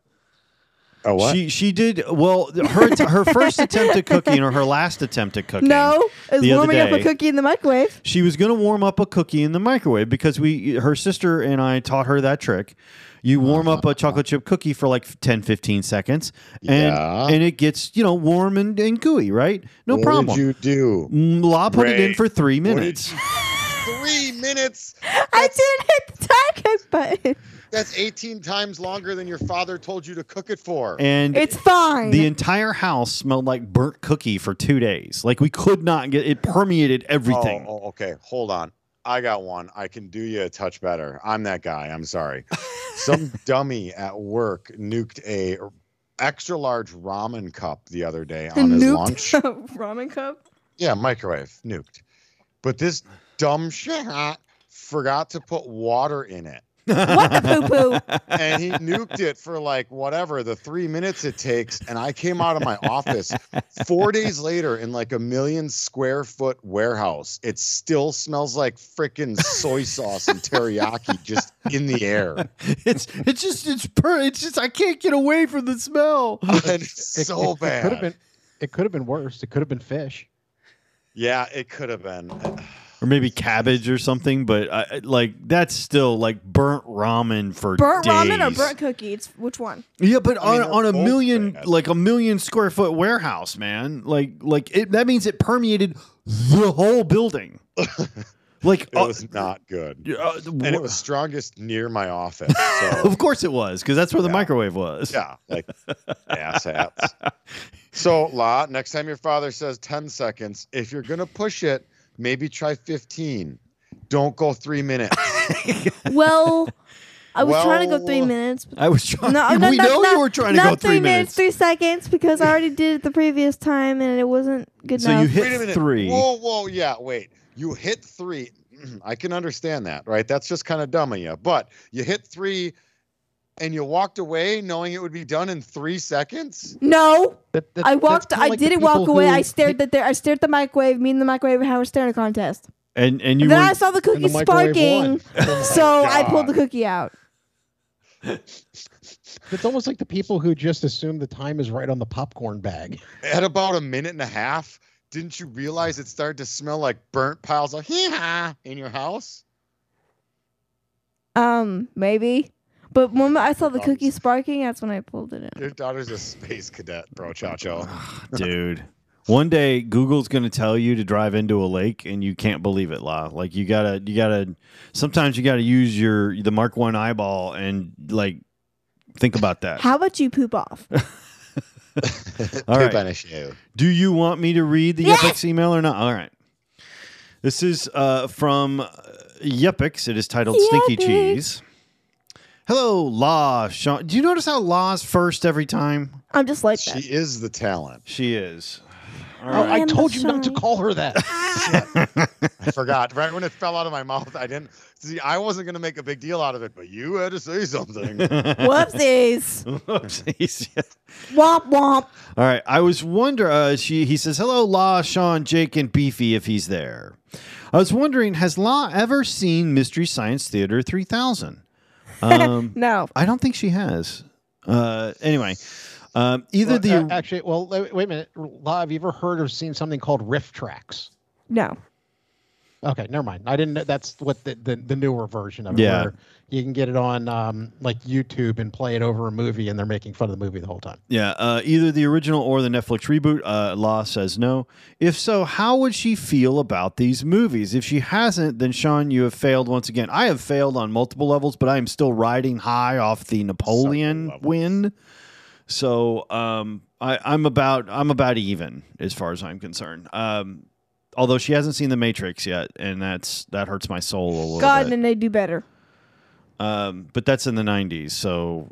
oh what?
she she did well. Her her first attempt at cooking or her last attempt at cooking.
No, it's
The other
warming up a
day-
cookie in the microwave.
She was going to warm up a cookie in the microwave because we her sister and I taught her that trick. You warm up
Uh-huh.
a chocolate chip cookie for like 10 15 seconds and
Yeah.
and it gets, you know, warm and, and gooey, right? No
what
problem.
Did you do
Mm, La put it in
Ray,
for 3
what did
minutes.
you- three minutes.
I didn't hit the
*laughs*
target button.
That's eighteen times longer than your father told you to cook it for.
*laughs* And
It's fine.
the entire house smelled like burnt cookie for 2 days. Like we could not get it permeated everything.
Oh, oh, okay. Hold on. I got one. I can do you a touch better. I'm that guy. I'm sorry. Some dummy at work nuked a extra large ramen cup the other day on his
Nuked
lunch.
*laughs* ramen cup.
yeah, microwave nuked. But this dumb shit forgot to put water in it.
What the poo poo?
*laughs*
And he nuked it for like whatever the three minutes it takes. And I came out of my office four days later in like a million square foot warehouse. It still smells like freaking soy sauce and teriyaki just in
*laughs*
the air.
*laughs* it's it's just it's per it's just I can't get away from the smell.
And it's *laughs* so
It could have
bad.
been. It could have been worse. It could have been fish.
yeah, it could have been.
or maybe cabbage or something. But I, I- like that's still like burnt ramen for
Burnt
days.
ramen or burnt cookie? It's which one?
Yeah, but
I mean,
on,
they're
on a
both
million
bad.
like a million square foot warehouse, man. Like like it, that means it permeated the whole
*laughs*
building. like
Oh,
It was not good.
uh, uh,
And it was strongest near my office. So
*laughs*
Of course it was, because that's where the
Yeah.
microwave was.
*laughs* Yeah, like asshats. So, La, next time your father says 10 seconds, if you're going to push it, maybe try 15. Don't go three *laughs* minutes.
Well, I was trying to go
Well,
three minutes. But
I was trying.
no, no,
we
no,
know
no,
you were trying to
not
go three, minutes.
three seconds because I already did it the previous time and it wasn't good
so
enough.
you hit three.
Whoa, whoa, yeah, wait. You hit three. *clears throat* I can understand that, right? That's just kind of dumb of you. But you hit three and you walked away knowing it would be done in three seconds?
no,
That, that-
I
that's
walked.
kinda
I
like the
didn't walk
people
away.
who
I stared
hit-
at there. I stared at the microwave. Me and the microwave had a staring contest.
And and you
then
were Oh
I saw the
and the
cookie
microwave
sparking,
*laughs*
won.
so I pulled the
God.
cookie out.
It's almost like the people who just assume the time is right on the popcorn bag.
At about a minute and a half, didn't you realize it started to smell like burnt piles of hee in your house?
Um, maybe. But when I saw
Oh,
the
Dogs.
cookie sparking, that's when I pulled it in.
Your daughter's a space cadet, bro, Chacho.
*laughs* Dude. One day Google's gonna tell you to drive into a lake and you can't believe it, La. Like you gotta you gotta sometimes you gotta use your the Mark One eyeball and like think about that.
How about you poop off?
All
Poop
right.
on a shoe.
Do you want me to read the
Yes!
Yepix email or not? All right. This is uh, from uh, Yepix. It is titled Stinky
Yepix.
Cheese. Hello, Law. Sean. Do you notice how Law's first every time?
I'm just like that.
She is the talent.
She is. All
Oh, I
am
told you not to
sorry.
call her *laughs* that.
I forgot. Right when it fell out of my mouth, I didn't see. I wasn't gonna make a big deal out of it, but you had to
*laughs*
say something.
Whoopsies.
*laughs* Whoopsies. Yeah.
womp womp.
All right. I was wonder. Uh, she he says hello, La, Sean, Jake, and Beefy if he's there. I was wondering, has La ever seen Mystery Science Theater three thousand?
*laughs*
Um,
No.
I don't think she has. Uh, anyway, um, either
Well,
the
uh, actually, well, wait wait a minute. La, have you ever heard or seen something called riff tracks?
No.
Okay, never mind. I didn't know that's what the, the, the newer version of it.
Yeah.
where you can get it on um, like YouTube and play it over a movie, and they're making fun of the movie the whole time.
yeah, uh, either the original or the Netflix reboot, uh, Law says no. If so, how would she feel about these movies? If she hasn't, then Sean, you have failed once again. I have failed on multiple levels, but I am still riding high off the Napoleon
levels.
win. So um, I, I'm about I'm about even as far as I'm concerned. Um, although she hasn't seen The Matrix yet, and that's that hurts my soul a little.
God,
bit.
and they do better.
Um, but that's in the '90s, so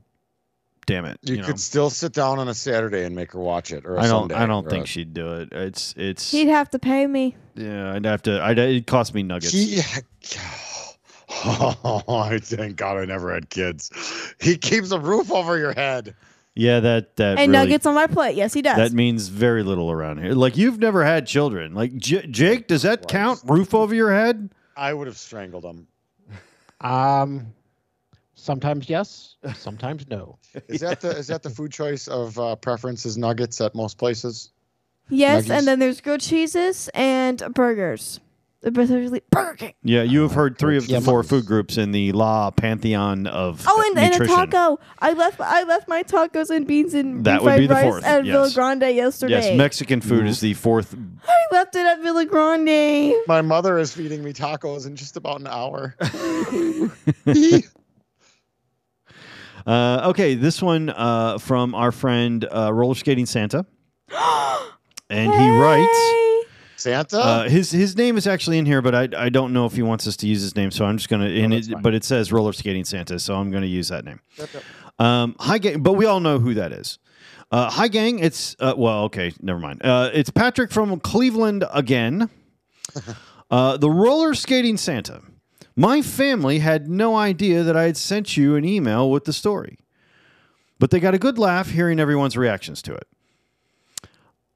damn it.
You,
You, know.
could still sit down on a Saturday and make her watch it, or I
I don't.
Sunday,
I don't
or
think
a-
she'd do it. It's. It's.
He'd have to pay me.
yeah, I'd have to. I'd. It cost me nuggets.
He, *laughs* oh, I thank God I never had kids. He keeps a roof over your head.
yeah, that. That.
and
really,
nuggets on my plate. Yes, he does.
That means very little around here. Like you've never had children. Like J- Jake, does that
Christ.
count? Roof over your head?
I would have strangled him.
Um, sometimes yes, sometimes no.
Is that the is
*laughs*
that the food choice of uh, preferences nuggets at most places?
yes,
nuggets.
and then there's grilled cheses and burgers. Specifically Burger King.
Yeah, you have heard three of the
Yeah,
four
mine's-
food groups in the law pantheon of
Oh, and, and a
nutrition.
taco. I left I left my tacos and beans and
That
deep
would
fried
be the
rice
fourth,
at
yes.
Villa Grande yesterday.
Yes, Mexican food
Mm-hmm.
is the fourth.
I left it at Villa Grande. *gasps*
My mother is feeding me tacos in just about
*laughs*
an hour.
Uh, okay, this one uh, from our friend uh, Roller Skating Santa, and he writes.
Hey.
Santa.
Uh, his his name is actually in here, but I, I don't know if he wants us to use his name, so I'm just gonna. and
that's
it-
fine.
but it says roller skating Santa, so I'm gonna use that name.
Yep, yep.
Um, hi gang, but we all know who that is. Uh, hi gang, it's uh, well, okay, never mind. Uh, it's Patrick from Cleveland
*laughs*
again. uh, the roller skating Santa. My family had no idea that I had sent you an email with the story, but they got a good laugh hearing everyone's reactions to it.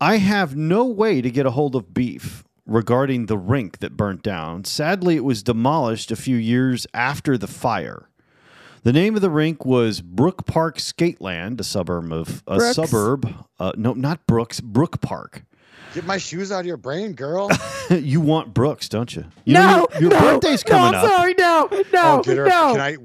I have no way to get a hold of beef regarding the rink that burnt down. Sadly, it was demolished a few years after the fire. The name of the rink was Brook Park Skateland, a suburb of a
Brooks.
suburb. Uh, no, not Brooks. Brook Park. *laughs*
Get my shoes out of your brain, girl.
you want Brooks, don't you? you
no,
your your
no,
birthday's
no,
coming
I'm
up.
sorry, no, no,
I'll get her.
no.
Can I?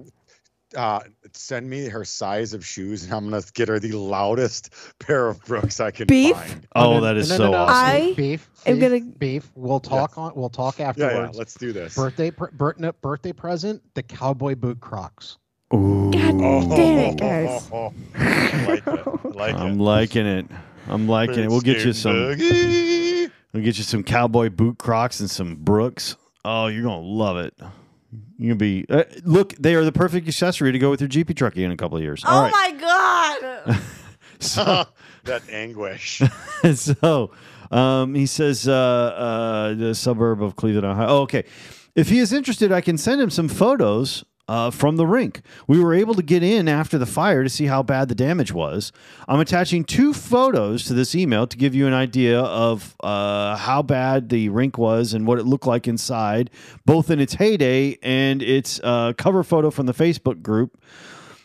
Uh, send me her size of shoes, and I'm gonna get her the loudest *laughs* pair of Brooks I can
Beef?
find.
Oh, that is so awesome.
I
beef.
am
beef,
gonna-
beef. We'll talk on. We'll talk
Yeah,
afterwards.
yeah. Let's do this. *laughs*
Birthday, pr- bir- no, birthday present: the cowboy boot Crocs.
Ooh.
God damn it, guys.
Oh, I like it. I like
I'm
it.
liking it. I'm liking it. We'll get you some.
Boogie.
We'll get you some cowboy boot Crocs and some Brooks. Oh, you're gonna love it. You'll be uh, look. They are the perfect accessory to go with your GP truckie in a couple of years.
oh
All right.
my god.
So,
that
*laughs*
anguish.
so um, he says uh, uh, the suburb of Cleveland, Ohio. Oh, okay. If he is interested, I can send him some photos uh, from the rink. We were able to get in after the fire to see how bad the damage was. I'm attaching two photos to this email to give you an idea of uh, how bad the rink was and what it looked like inside, both in its heyday and its uh, cover photo from the Facebook group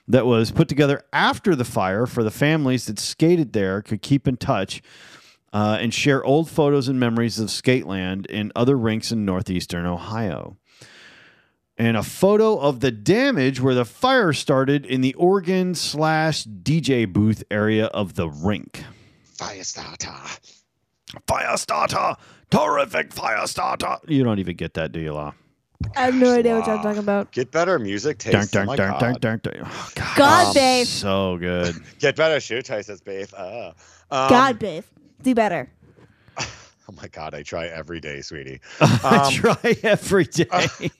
that was put together after the fire for the families that skated there could keep in touch uh, and share old photos and memories of Skateland and other rinks in northeastern Ohio. and a photo of the damage where the fire started in the organ slash DJ booth area of the rink.
Firestarter.
Firestarter, terrific Firestarter. You don't even get that, do you, La?
I have no
Gosh,
idea what y'all
wow.
talking about.
Get better music taste.
Dun, dun,
oh my
dun,
God.
dun, dun, dun. Oh, God,
God,
it's
babe.
so good. *laughs*
Get better shoe taste, babe. Uh, um,
God, babe, do better.
Oh my God, I try every day, sweetie.
I
*laughs* Um, uh,
try every day.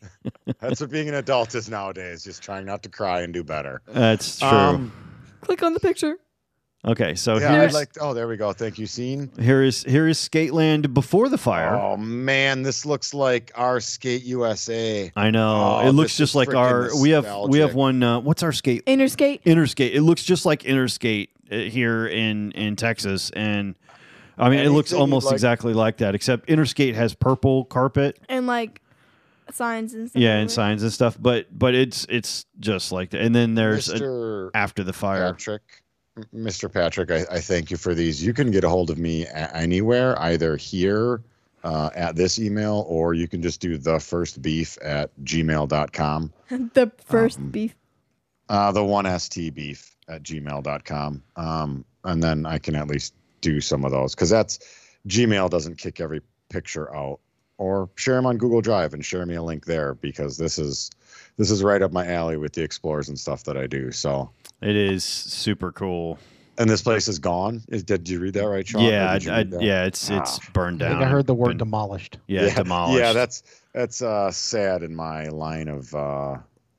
That's what being an adult is nowadays, just trying not to cry and do better.
That's true.
um,
Click on the picture.
okay, so
yeah, I'd
here's
like oh, there we go. Thank you, scene.
here is here is Skateland before the fire.
Oh man, this looks like our Skate USA.
I know.
Oh,
it looks
this
just
is
like our
freaking
we have we have
nostalgic.
one. Uh, what's our skate?
Interskate.
Interskate. It looks just like Interskate uh, here in in Texas, and I mean it looks
Anything you'd
almost
like.
exactly like that, except Interskate has purple carpet,
and like signs and stuff.
yeah,
over
and
it.
signs and stuff. But but it's it's just like that. And then there's a-
Mr.
after the fire.
Patrick. M- Mr. Patrick, I, I thank you for these. You can get a hold of me a- anywhere, either here uh, at this email, or you can just do the first beef at gmail.com.
the first
Um,
beef.
Uh, the one st beef at gmail.com. Um, and then I can at least do some of those because that's Gmail doesn't kick every picture out. Or share them on Google Drive and share me a link there because this is this is right up my alley with the explorers and stuff that I do. So
It is super cool.
and this place is gone. Is, did you read that right, Sean? Or
yeah,
did you
I, I,
read that?
yeah. It's it's burned
Ah, I
down.
think I heard the word
Been-
demolished.
yeah, demolished.
*laughs* Yeah, that's that's uh, sad in my line of. Uh,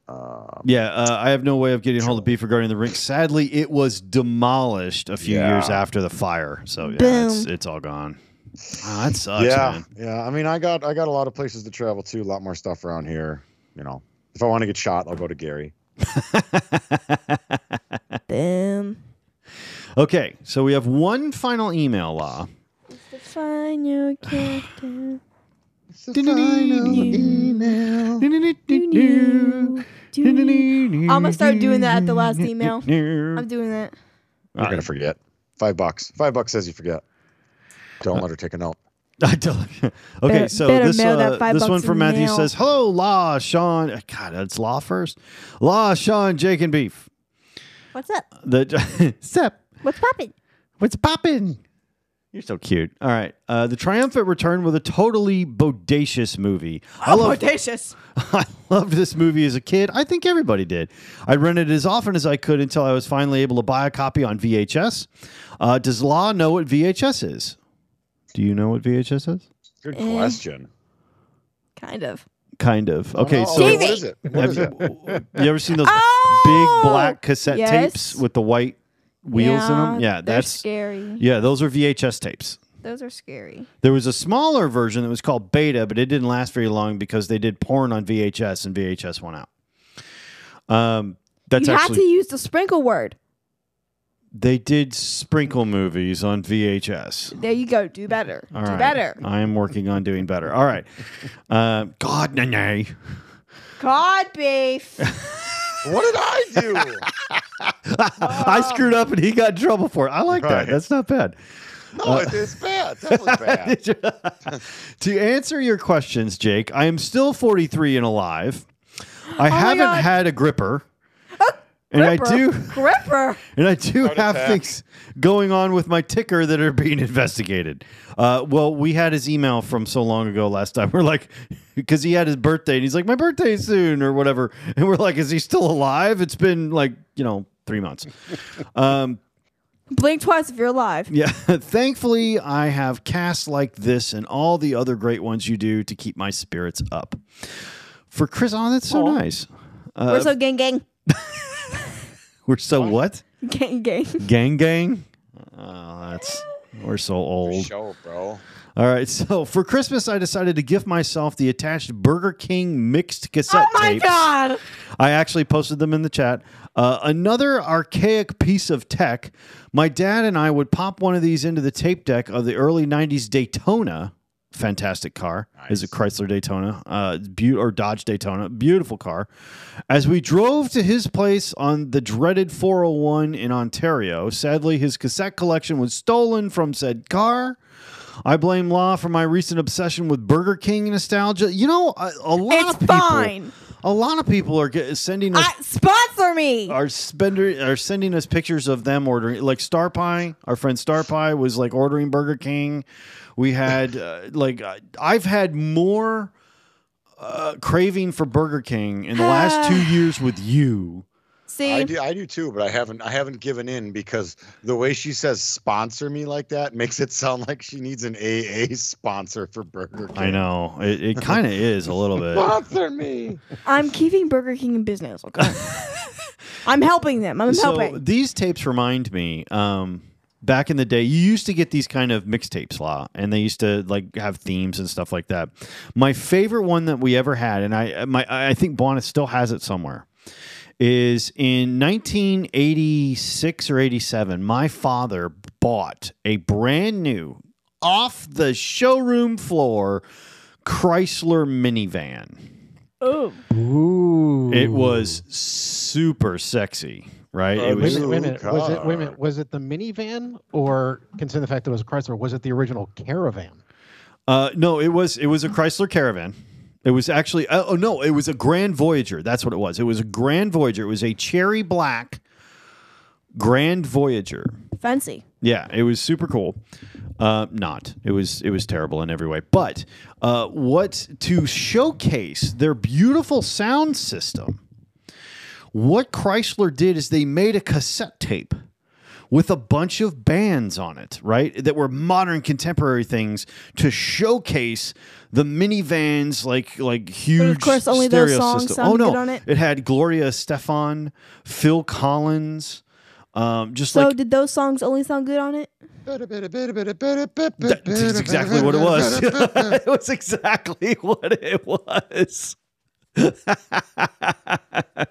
uh,
Yeah, uh, I have no way of getting hold of
Sure.
beef regarding the rink. Sadly, it was demolished a few years
Yeah.
after the fire, so yeah,
Boom.
it's it's all gone. Ah, that sucks,
yeah,
man.
yeah. I mean, I got I got a lot of places to travel to. A lot more stuff around here. You know, if I want to get shot, I'll go to Gary.
Bam.
okay, so we have one final email, Law.
Define your character.
It's the
final
email.
I'm
I'm
gonna start doing that at the last email. doing that.
You're gonna forget. Five bucks. Five bucks says you forget. Don't
Uh,
let her take a note.
*laughs* I don't- okay,
Better-
so
better
this
mail that
uh,
five
this one
bucks
from
in the
Matthew
mail.
says, "Hello, Law, Sean. God, that's Law first. Law, Sean, Jake, and Beef.
What's up?
The *laughs* Sep.
What's poppin'?
What's poppin'? You're so cute. All right. Uh, the triumphant return with a totally bodacious movie.
Oh,
I love
Audacious.
*laughs* I loved this movie as a kid. I think everybody did. I rented it as often as I could until I was finally able to buy a copy on VHS. Uh, does Law know what VHS is? Do you know what VHS is?
Good
Eh.
question.
Kind of.
Kind of. Okay,
Oh,
so
what is it? What
have
is
you,
it?
you ever seen those
Oh!
big black cassette
Yes.
tapes with the white wheels in them? Yeah,
they're
that's
scary.
yeah, those are VHS tapes.
Those are scary.
There was a smaller version that was called Beta, but it didn't last very long because they did porn on VHS and VHS went out. Um, that's
you
actually
had to use the sprinkle word.
they did sprinkle movies on VHS.
There you go. Do better.
All
Do
right.
better.
I am working on doing better. All
*laughs*
right. Um, God, nay, nay.
God
*laughs*
beef.
What did I do?
Oh.
I screwed up and he got in trouble for it. I like that.
Right.
That's not bad. *laughs*
No, it it's bad. Definitely bad.
to answer your questions, Jake, I am still 43 and alive. I
Oh my
haven't
God.
had a
*laughs*
gripper. And I
Gripper.
do
Gripper.
and I do
Heart
have
attack.
things going on with my ticker that are being investigated. Uh, well, we had his email from so long ago last time. *laughs* We're like, because he had his birthday, and he's like, my birthday's soon or whatever. And we're like, is he still alive? It's been like, you know, three months. Um,
Blink twice if you're alive.
yeah. *laughs* Thankfully, I have casts like this and all the other great ones you do to keep my spirits up. For Chris, oh, that's so
Aw.
nice. Uh,
We're so gang gang. *laughs*
we're so what?
Gang gang.
Gang gang? Oh, that's we're so old.
Show, bro.
All right, so for Christmas, I decided to gift myself the attached Burger King mixed cassette
Oh my
tapes.
god.
I actually posted them in the chat. Uh, another archaic piece of tech. My dad and I would pop one of these into the tape deck of the early '90s Daytona. Fantastic car is a Chrysler Daytona, uh, beau- or Dodge Daytona, beautiful car. As we drove to his place on the dreaded 401 in Ontario, sadly his cassette collection was stolen from said car. I blame Law for my recent obsession with Burger King nostalgia. You know, a, a lot
It's
of people,
fine.
a lot of people are get, sending us
I, sponsor me.
are spender are sending us pictures of them ordering like Star Pie. Our friend Star Pie was like ordering Burger King. We had uh, like uh, I've had more uh, craving for Burger King in the last two years with you.
See,
I do, I do too, but I haven't. I haven't given in because the way she says "sponsor me" like that makes it sound like she needs an AA sponsor for Burger King.
I know it, it kind of is a little bit.
Sponsor
*laughs*
me.
I'm keeping Burger King in business. Okay, *laughs* I'm helping them. I'm
so
helping.
these tapes remind me um, back in the day you used to get these kind of mixtapes law and they used to like have themes and stuff like that my favorite one that we ever had and i my i think Bonas still has it somewhere is in 1986 or 87 my father bought a brand new off the showroom floor chrysler minivan
Ooh.
Ooh.
it was super sexy right
Oh,
it
Wait
was
a minute, wait a minute.
Ooh,
Was it, wait a
car.
minute. Was it the minivan, or considering the fact that it was a Chrysler, was it the original caravan?
Uh, no, it was it was a Chrysler Caravan. It was actually oh oh, no, it was a Grand Voyager. That's what it was. It was a Grand Voyager. It was a cherry black Grand Voyager.
Fancy.
Yeah, it was super cool. Uh, not it was it was terrible in every way. But uh, what to showcase their beautiful sound system? What Chrysler did is they made a cassette tape with a bunch of bands on it, right? That were modern contemporary things to showcase the minivans, like like huge.
course, only those
stereo
songs
system.
sounded
oh no,
good on it.
it had Gloria Stefan, Phil Collins, um, just
So
like
did those songs only sound good on it?
That- That's
That's
exactly what it was. *laughs* it was exactly what it was. *laughs*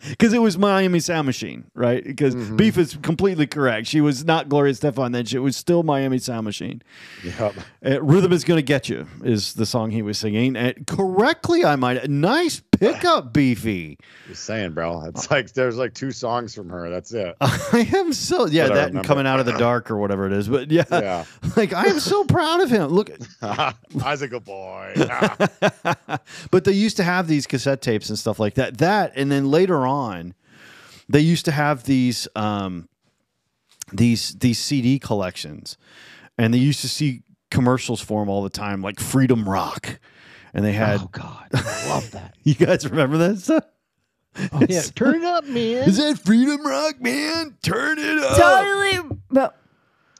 Because it was Miami Sound Machine, right? Because
Mm-hmm.
Beef is completely correct. She was not Gloria Stefan then. She was still Miami Sound Machine.
Yep.
Uh, Rhythm is going to get you is the song he was singing. And correctly, I might. Nice pickup, Beefy. *laughs*
Just saying, bro. It's like there's like two songs from her.
*laughs*
That's it. *laughs*
I am so yeah.
What I
That and
remember.
coming out of the dark or whatever it is. But yeah,
Yeah.
*laughs* like I am so proud of him. Look,
Isaac, a boy. *laughs* Ah.
but they used to have these cassette tapes and stuff like that. That and then later on, they used to have these um, these these CD collections, and they used to see commercials for them all the time, like Freedom Rock, and they had.
Oh God, I love that.
*laughs* You guys remember that stuff?
Oh,
*laughs*
yeah, turn it up, man.
Is that Freedom Rock, man? Turn it up.
Totally. But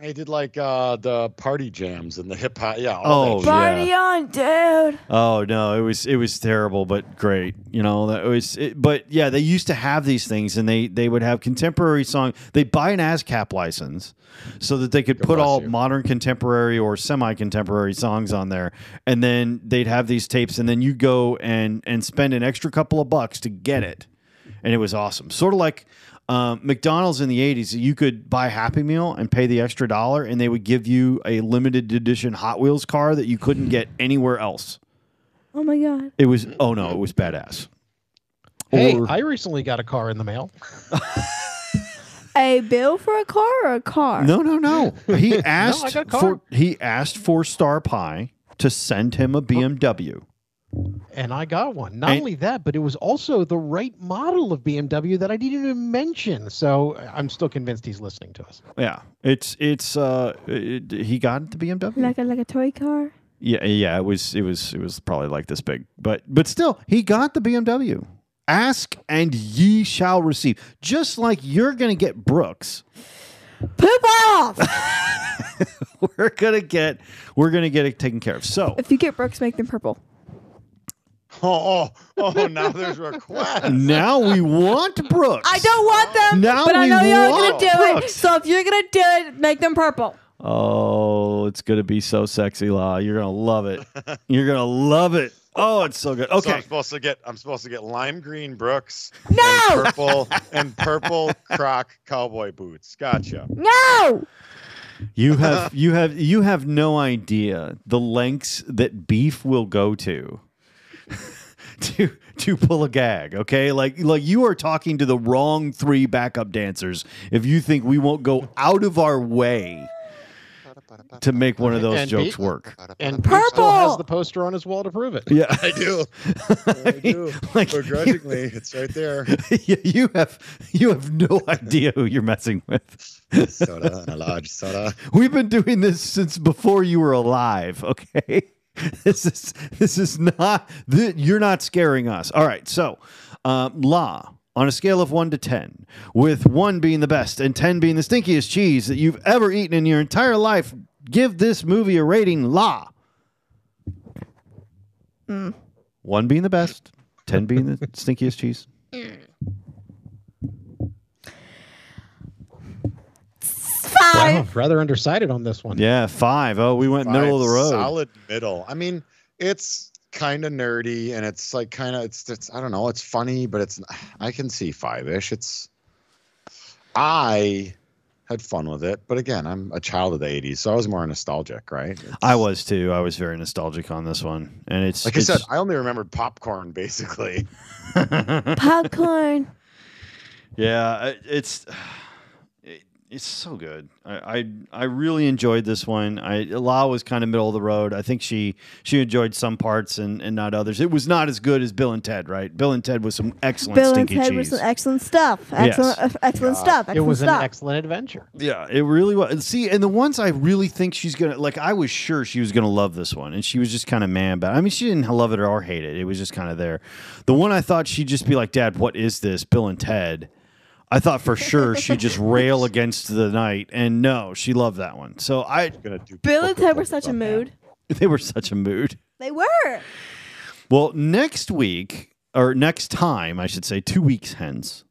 They did like uh the party jams and the hip hop. Yeah.
Oh,
All that *laughs*
party on, dude.
Oh no, it was it was terrible, but great. You know that was. It, but yeah, they used to have these things, and they they would have contemporary song. They would buy an ASCAP license so that they could
God
put
bless
all
you.
modern contemporary or semi contemporary songs on there, and then they'd have these tapes, and then you go and and spend an extra couple of bucks to get it, and it was awesome. Sort of like. Um, McDonald's in the 80s, you could buy Happy Meal and pay the extra dollar, and they would give you a limited edition Hot Wheels car that you couldn't get anywhere else.
Oh my god.
It was oh no, it was badass.
hey,
Or-
I recently got a car in the mail.
A bill for a car or a car?
No, no, no.
*laughs*
He asked
got
for
caught.
he asked for Star Pie to send him a BMW.
And I got one. Not
And-
only that, but it was also the right model of BMW that I didn't even mention. So uh, I'm still convinced he's listening to us.
Yeah, it's it's uh it, he got the BMW.
Like a like a toy car.
yeah, yeah, it was it was it was probably like this big, but but still he got the BMW. Ask and ye shall receive. Just like you're going to get Brooks, *laughs*
Poop off.
we're going to get we're going to get it taken care of. So,
*laughs* if you get Brooks, make them purple.
Oh, oh, oh, now
*laughs*
there's requests.
now we want Brooks.
*laughs* I don't want them,
Now
but I
we
know you're gonna
want
do it.
Brooks.
So if you're gonna do it, make them purple.
Oh, it's gonna be so sexy, La. You're gonna love it. You're gonna love it. Oh, it's so good.
So I'm
Okay.
supposed to get I'm supposed to get lime green Brooks
No!
and purple and purple croc cowboy boots. Gotcha.
No.
You have you have you have no idea the lengths that beef will go to *laughs* to to pull a gag, okay? Like like you are talking to the wrong three backup dancers if you think we won't go out of our way to make one of those
And
jokes
beat-
work.
And Pete still
Purple!
has the poster on his wall to prove it.
Yeah, *laughs*
I do. I do.
like
Begrudgingly, it's right
*laughs*
there.
you, you have you have no idea who you're messing with.
Soda and a large soda.
We've been doing this since before you were alive. Okay, *laughs* this is this is not th- you're not scaring us. All right, so um, La on a scale of one to ten, with one being the best and ten being the stinkiest cheese that you've ever eaten in your entire life. Give this movie a rating, La.
Mm.
One being the best, ten being the stinkiest cheese.
Wow,
Five.
rather undersided on this one.
Yeah, five. Oh, we went middle of the road.
Solid middle. I mean, it's kind of nerdy and it's like kind of it's it's I don't know, it's funny, but it's I can see five ish. It's I had fun with it, but again, I'm a child of the '80s, so I was more nostalgic, right? It's-
I was too. I was very nostalgic on this one, and it's
Like I said, I only remembered popcorn *laughs* basically.
*laughs*
it's-
Popcorn.
yeah, it- it's *sighs* it, it's so good. I, I I really enjoyed this one. I La was kind of middle of the road. I think she she enjoyed some parts and and not others. It was not as good as Bill and Ted, right? Bill and Ted was some excellent
Bill and
stinky
Ted were
cheese.
some excellent stuff. Excellent,
Yes.
uh, excellent
God.
stuff. Excellent
it was
stuff.
an excellent adventure.
Yeah, it really was. And See, and the ones I really think she's gonna like, I was sure she was gonna love this one, and she was just kind of mad about. It. I mean, she didn't love it or hate it. It was just kind of there. The one I thought she'd just be like, "Dad, what is this?" Bill and Ted. I thought for sure she'd just rail against the night, and no, she loved that one. So I, *laughs*
Gonna do
Bill and
book
Ted were
reports
such a
on that.
mood.
they were such a mood.
They were.
Well, next week, or next time, I should say, two weeks hence,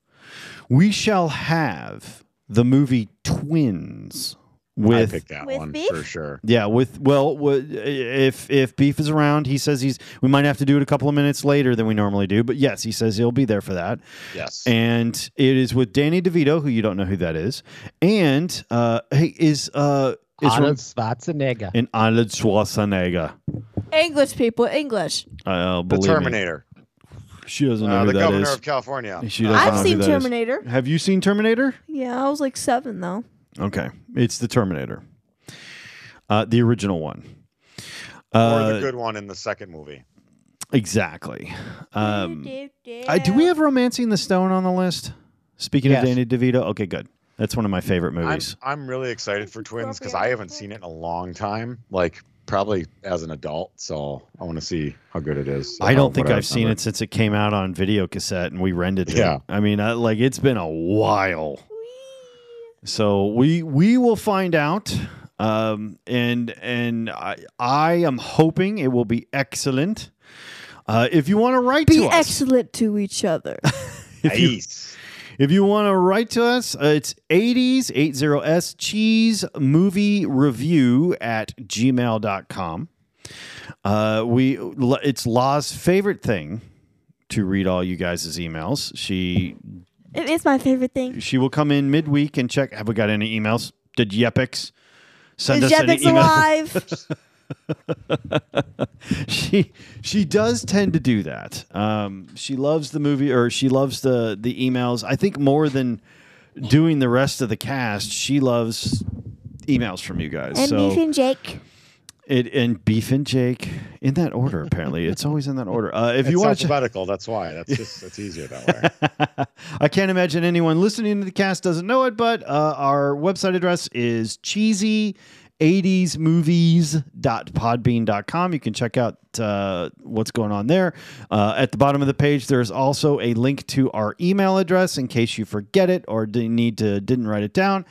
we shall have the movie Twins
I
with
picked that
With
one
beef?
for sure.
Yeah, with well, wa- if if beef is around, he says he's. We might have to do it a couple of minutes later than we normally do, but yes, he says he'll be there for that.
Yes.
And it is with Danny DeVito, who you don't know who that is, and uh, hey, is uh, is
Arnold Schwarzenegger.
and Arnold Schwarzenegger.
English people, English.
Uh,
the
believe me.
Terminator,
She doesn't know
uh,
who
the
that
governor
is.
of California.
She doesn't know
I've
who
seen
that is.
Terminator.
Have you seen Terminator?
Yeah, I was like seven though.
Okay, it's the Terminator, uh, the original one.
or
Uh,
the good one in the second movie.
exactly. Um, Uh, do we have Romancing the Stone on the list? Speaking
Yes.
of Danny DeVito, okay, good. That's one of my favorite
I'm,
movies.
I'm really excited for Twins because I haven't seen it in a long time, like probably as an adult. So I want to see how good it is.
I'm, I do
how-
not think
what I
I've seen it
remember.
since it came out on video cassette and we rented it.
Yeah.
I mean, I, like it's been a while. So we we will find out. Um, and and I I am hoping it will be excellent. Uh, if you want to write
Be
to us,
excellent to
*laughs*
each other.
if you
Nice.
If you want to write to us, uh, it's 80s, 80s cheese movie review at gmail.com. Uh, we, it's La's favorite thing to read all you guys' emails. She,
it is my favorite thing.
she will come in midweek and check, have we got any emails? Did Yepix send
Is
us any
Jepix
email? *laughs*
alive?
she she does tend to do that. Um, she loves the movie, or she loves the the emails. I think more than doing the rest of the cast, she loves emails from you guys.
And
so
Beef and Jake.
it and beef and Jake in that order. Apparently, it's always in that order. Uh, if
If
you
you
want
it's
to.
alphabetical, that's why. That's just that's easier that
*laughs*
way.
I can't imagine anyone listening to the cast doesn't know it, but uh, our website address is cheesy. 80smovies.podbean.com. You can check out uh, what's going on there. Uh, at the bottom of the page, there's also a link to our email address in case you forget it or didn't need to didn't write it down.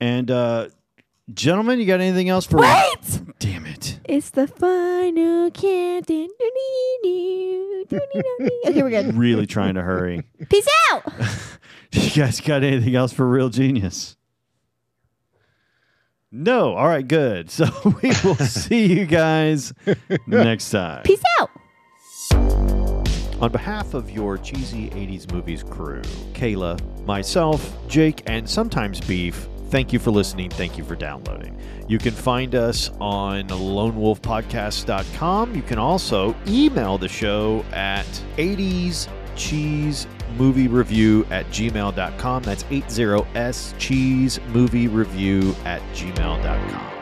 And uh, gentlemen, you got anything else for?
Wait!
Damn it!
It's the final countdown. Okay, we're
*laughs*
good.
Really trying to hurry.
Peace out.
*laughs* you guys got anything else for real genius? No. All right, good. *laughs* So we will see you guys next time.
Peace out.
On behalf of your cheesy 80s movies crew, Kayla, myself, Jake, and sometimes Beef, thank you for listening. Thank you for downloading. You can find us on lonewolfpodcast.com. You can also email the show at 80s cheese movie review at gmail.com. That's 80s cheese movie review at gmail.com.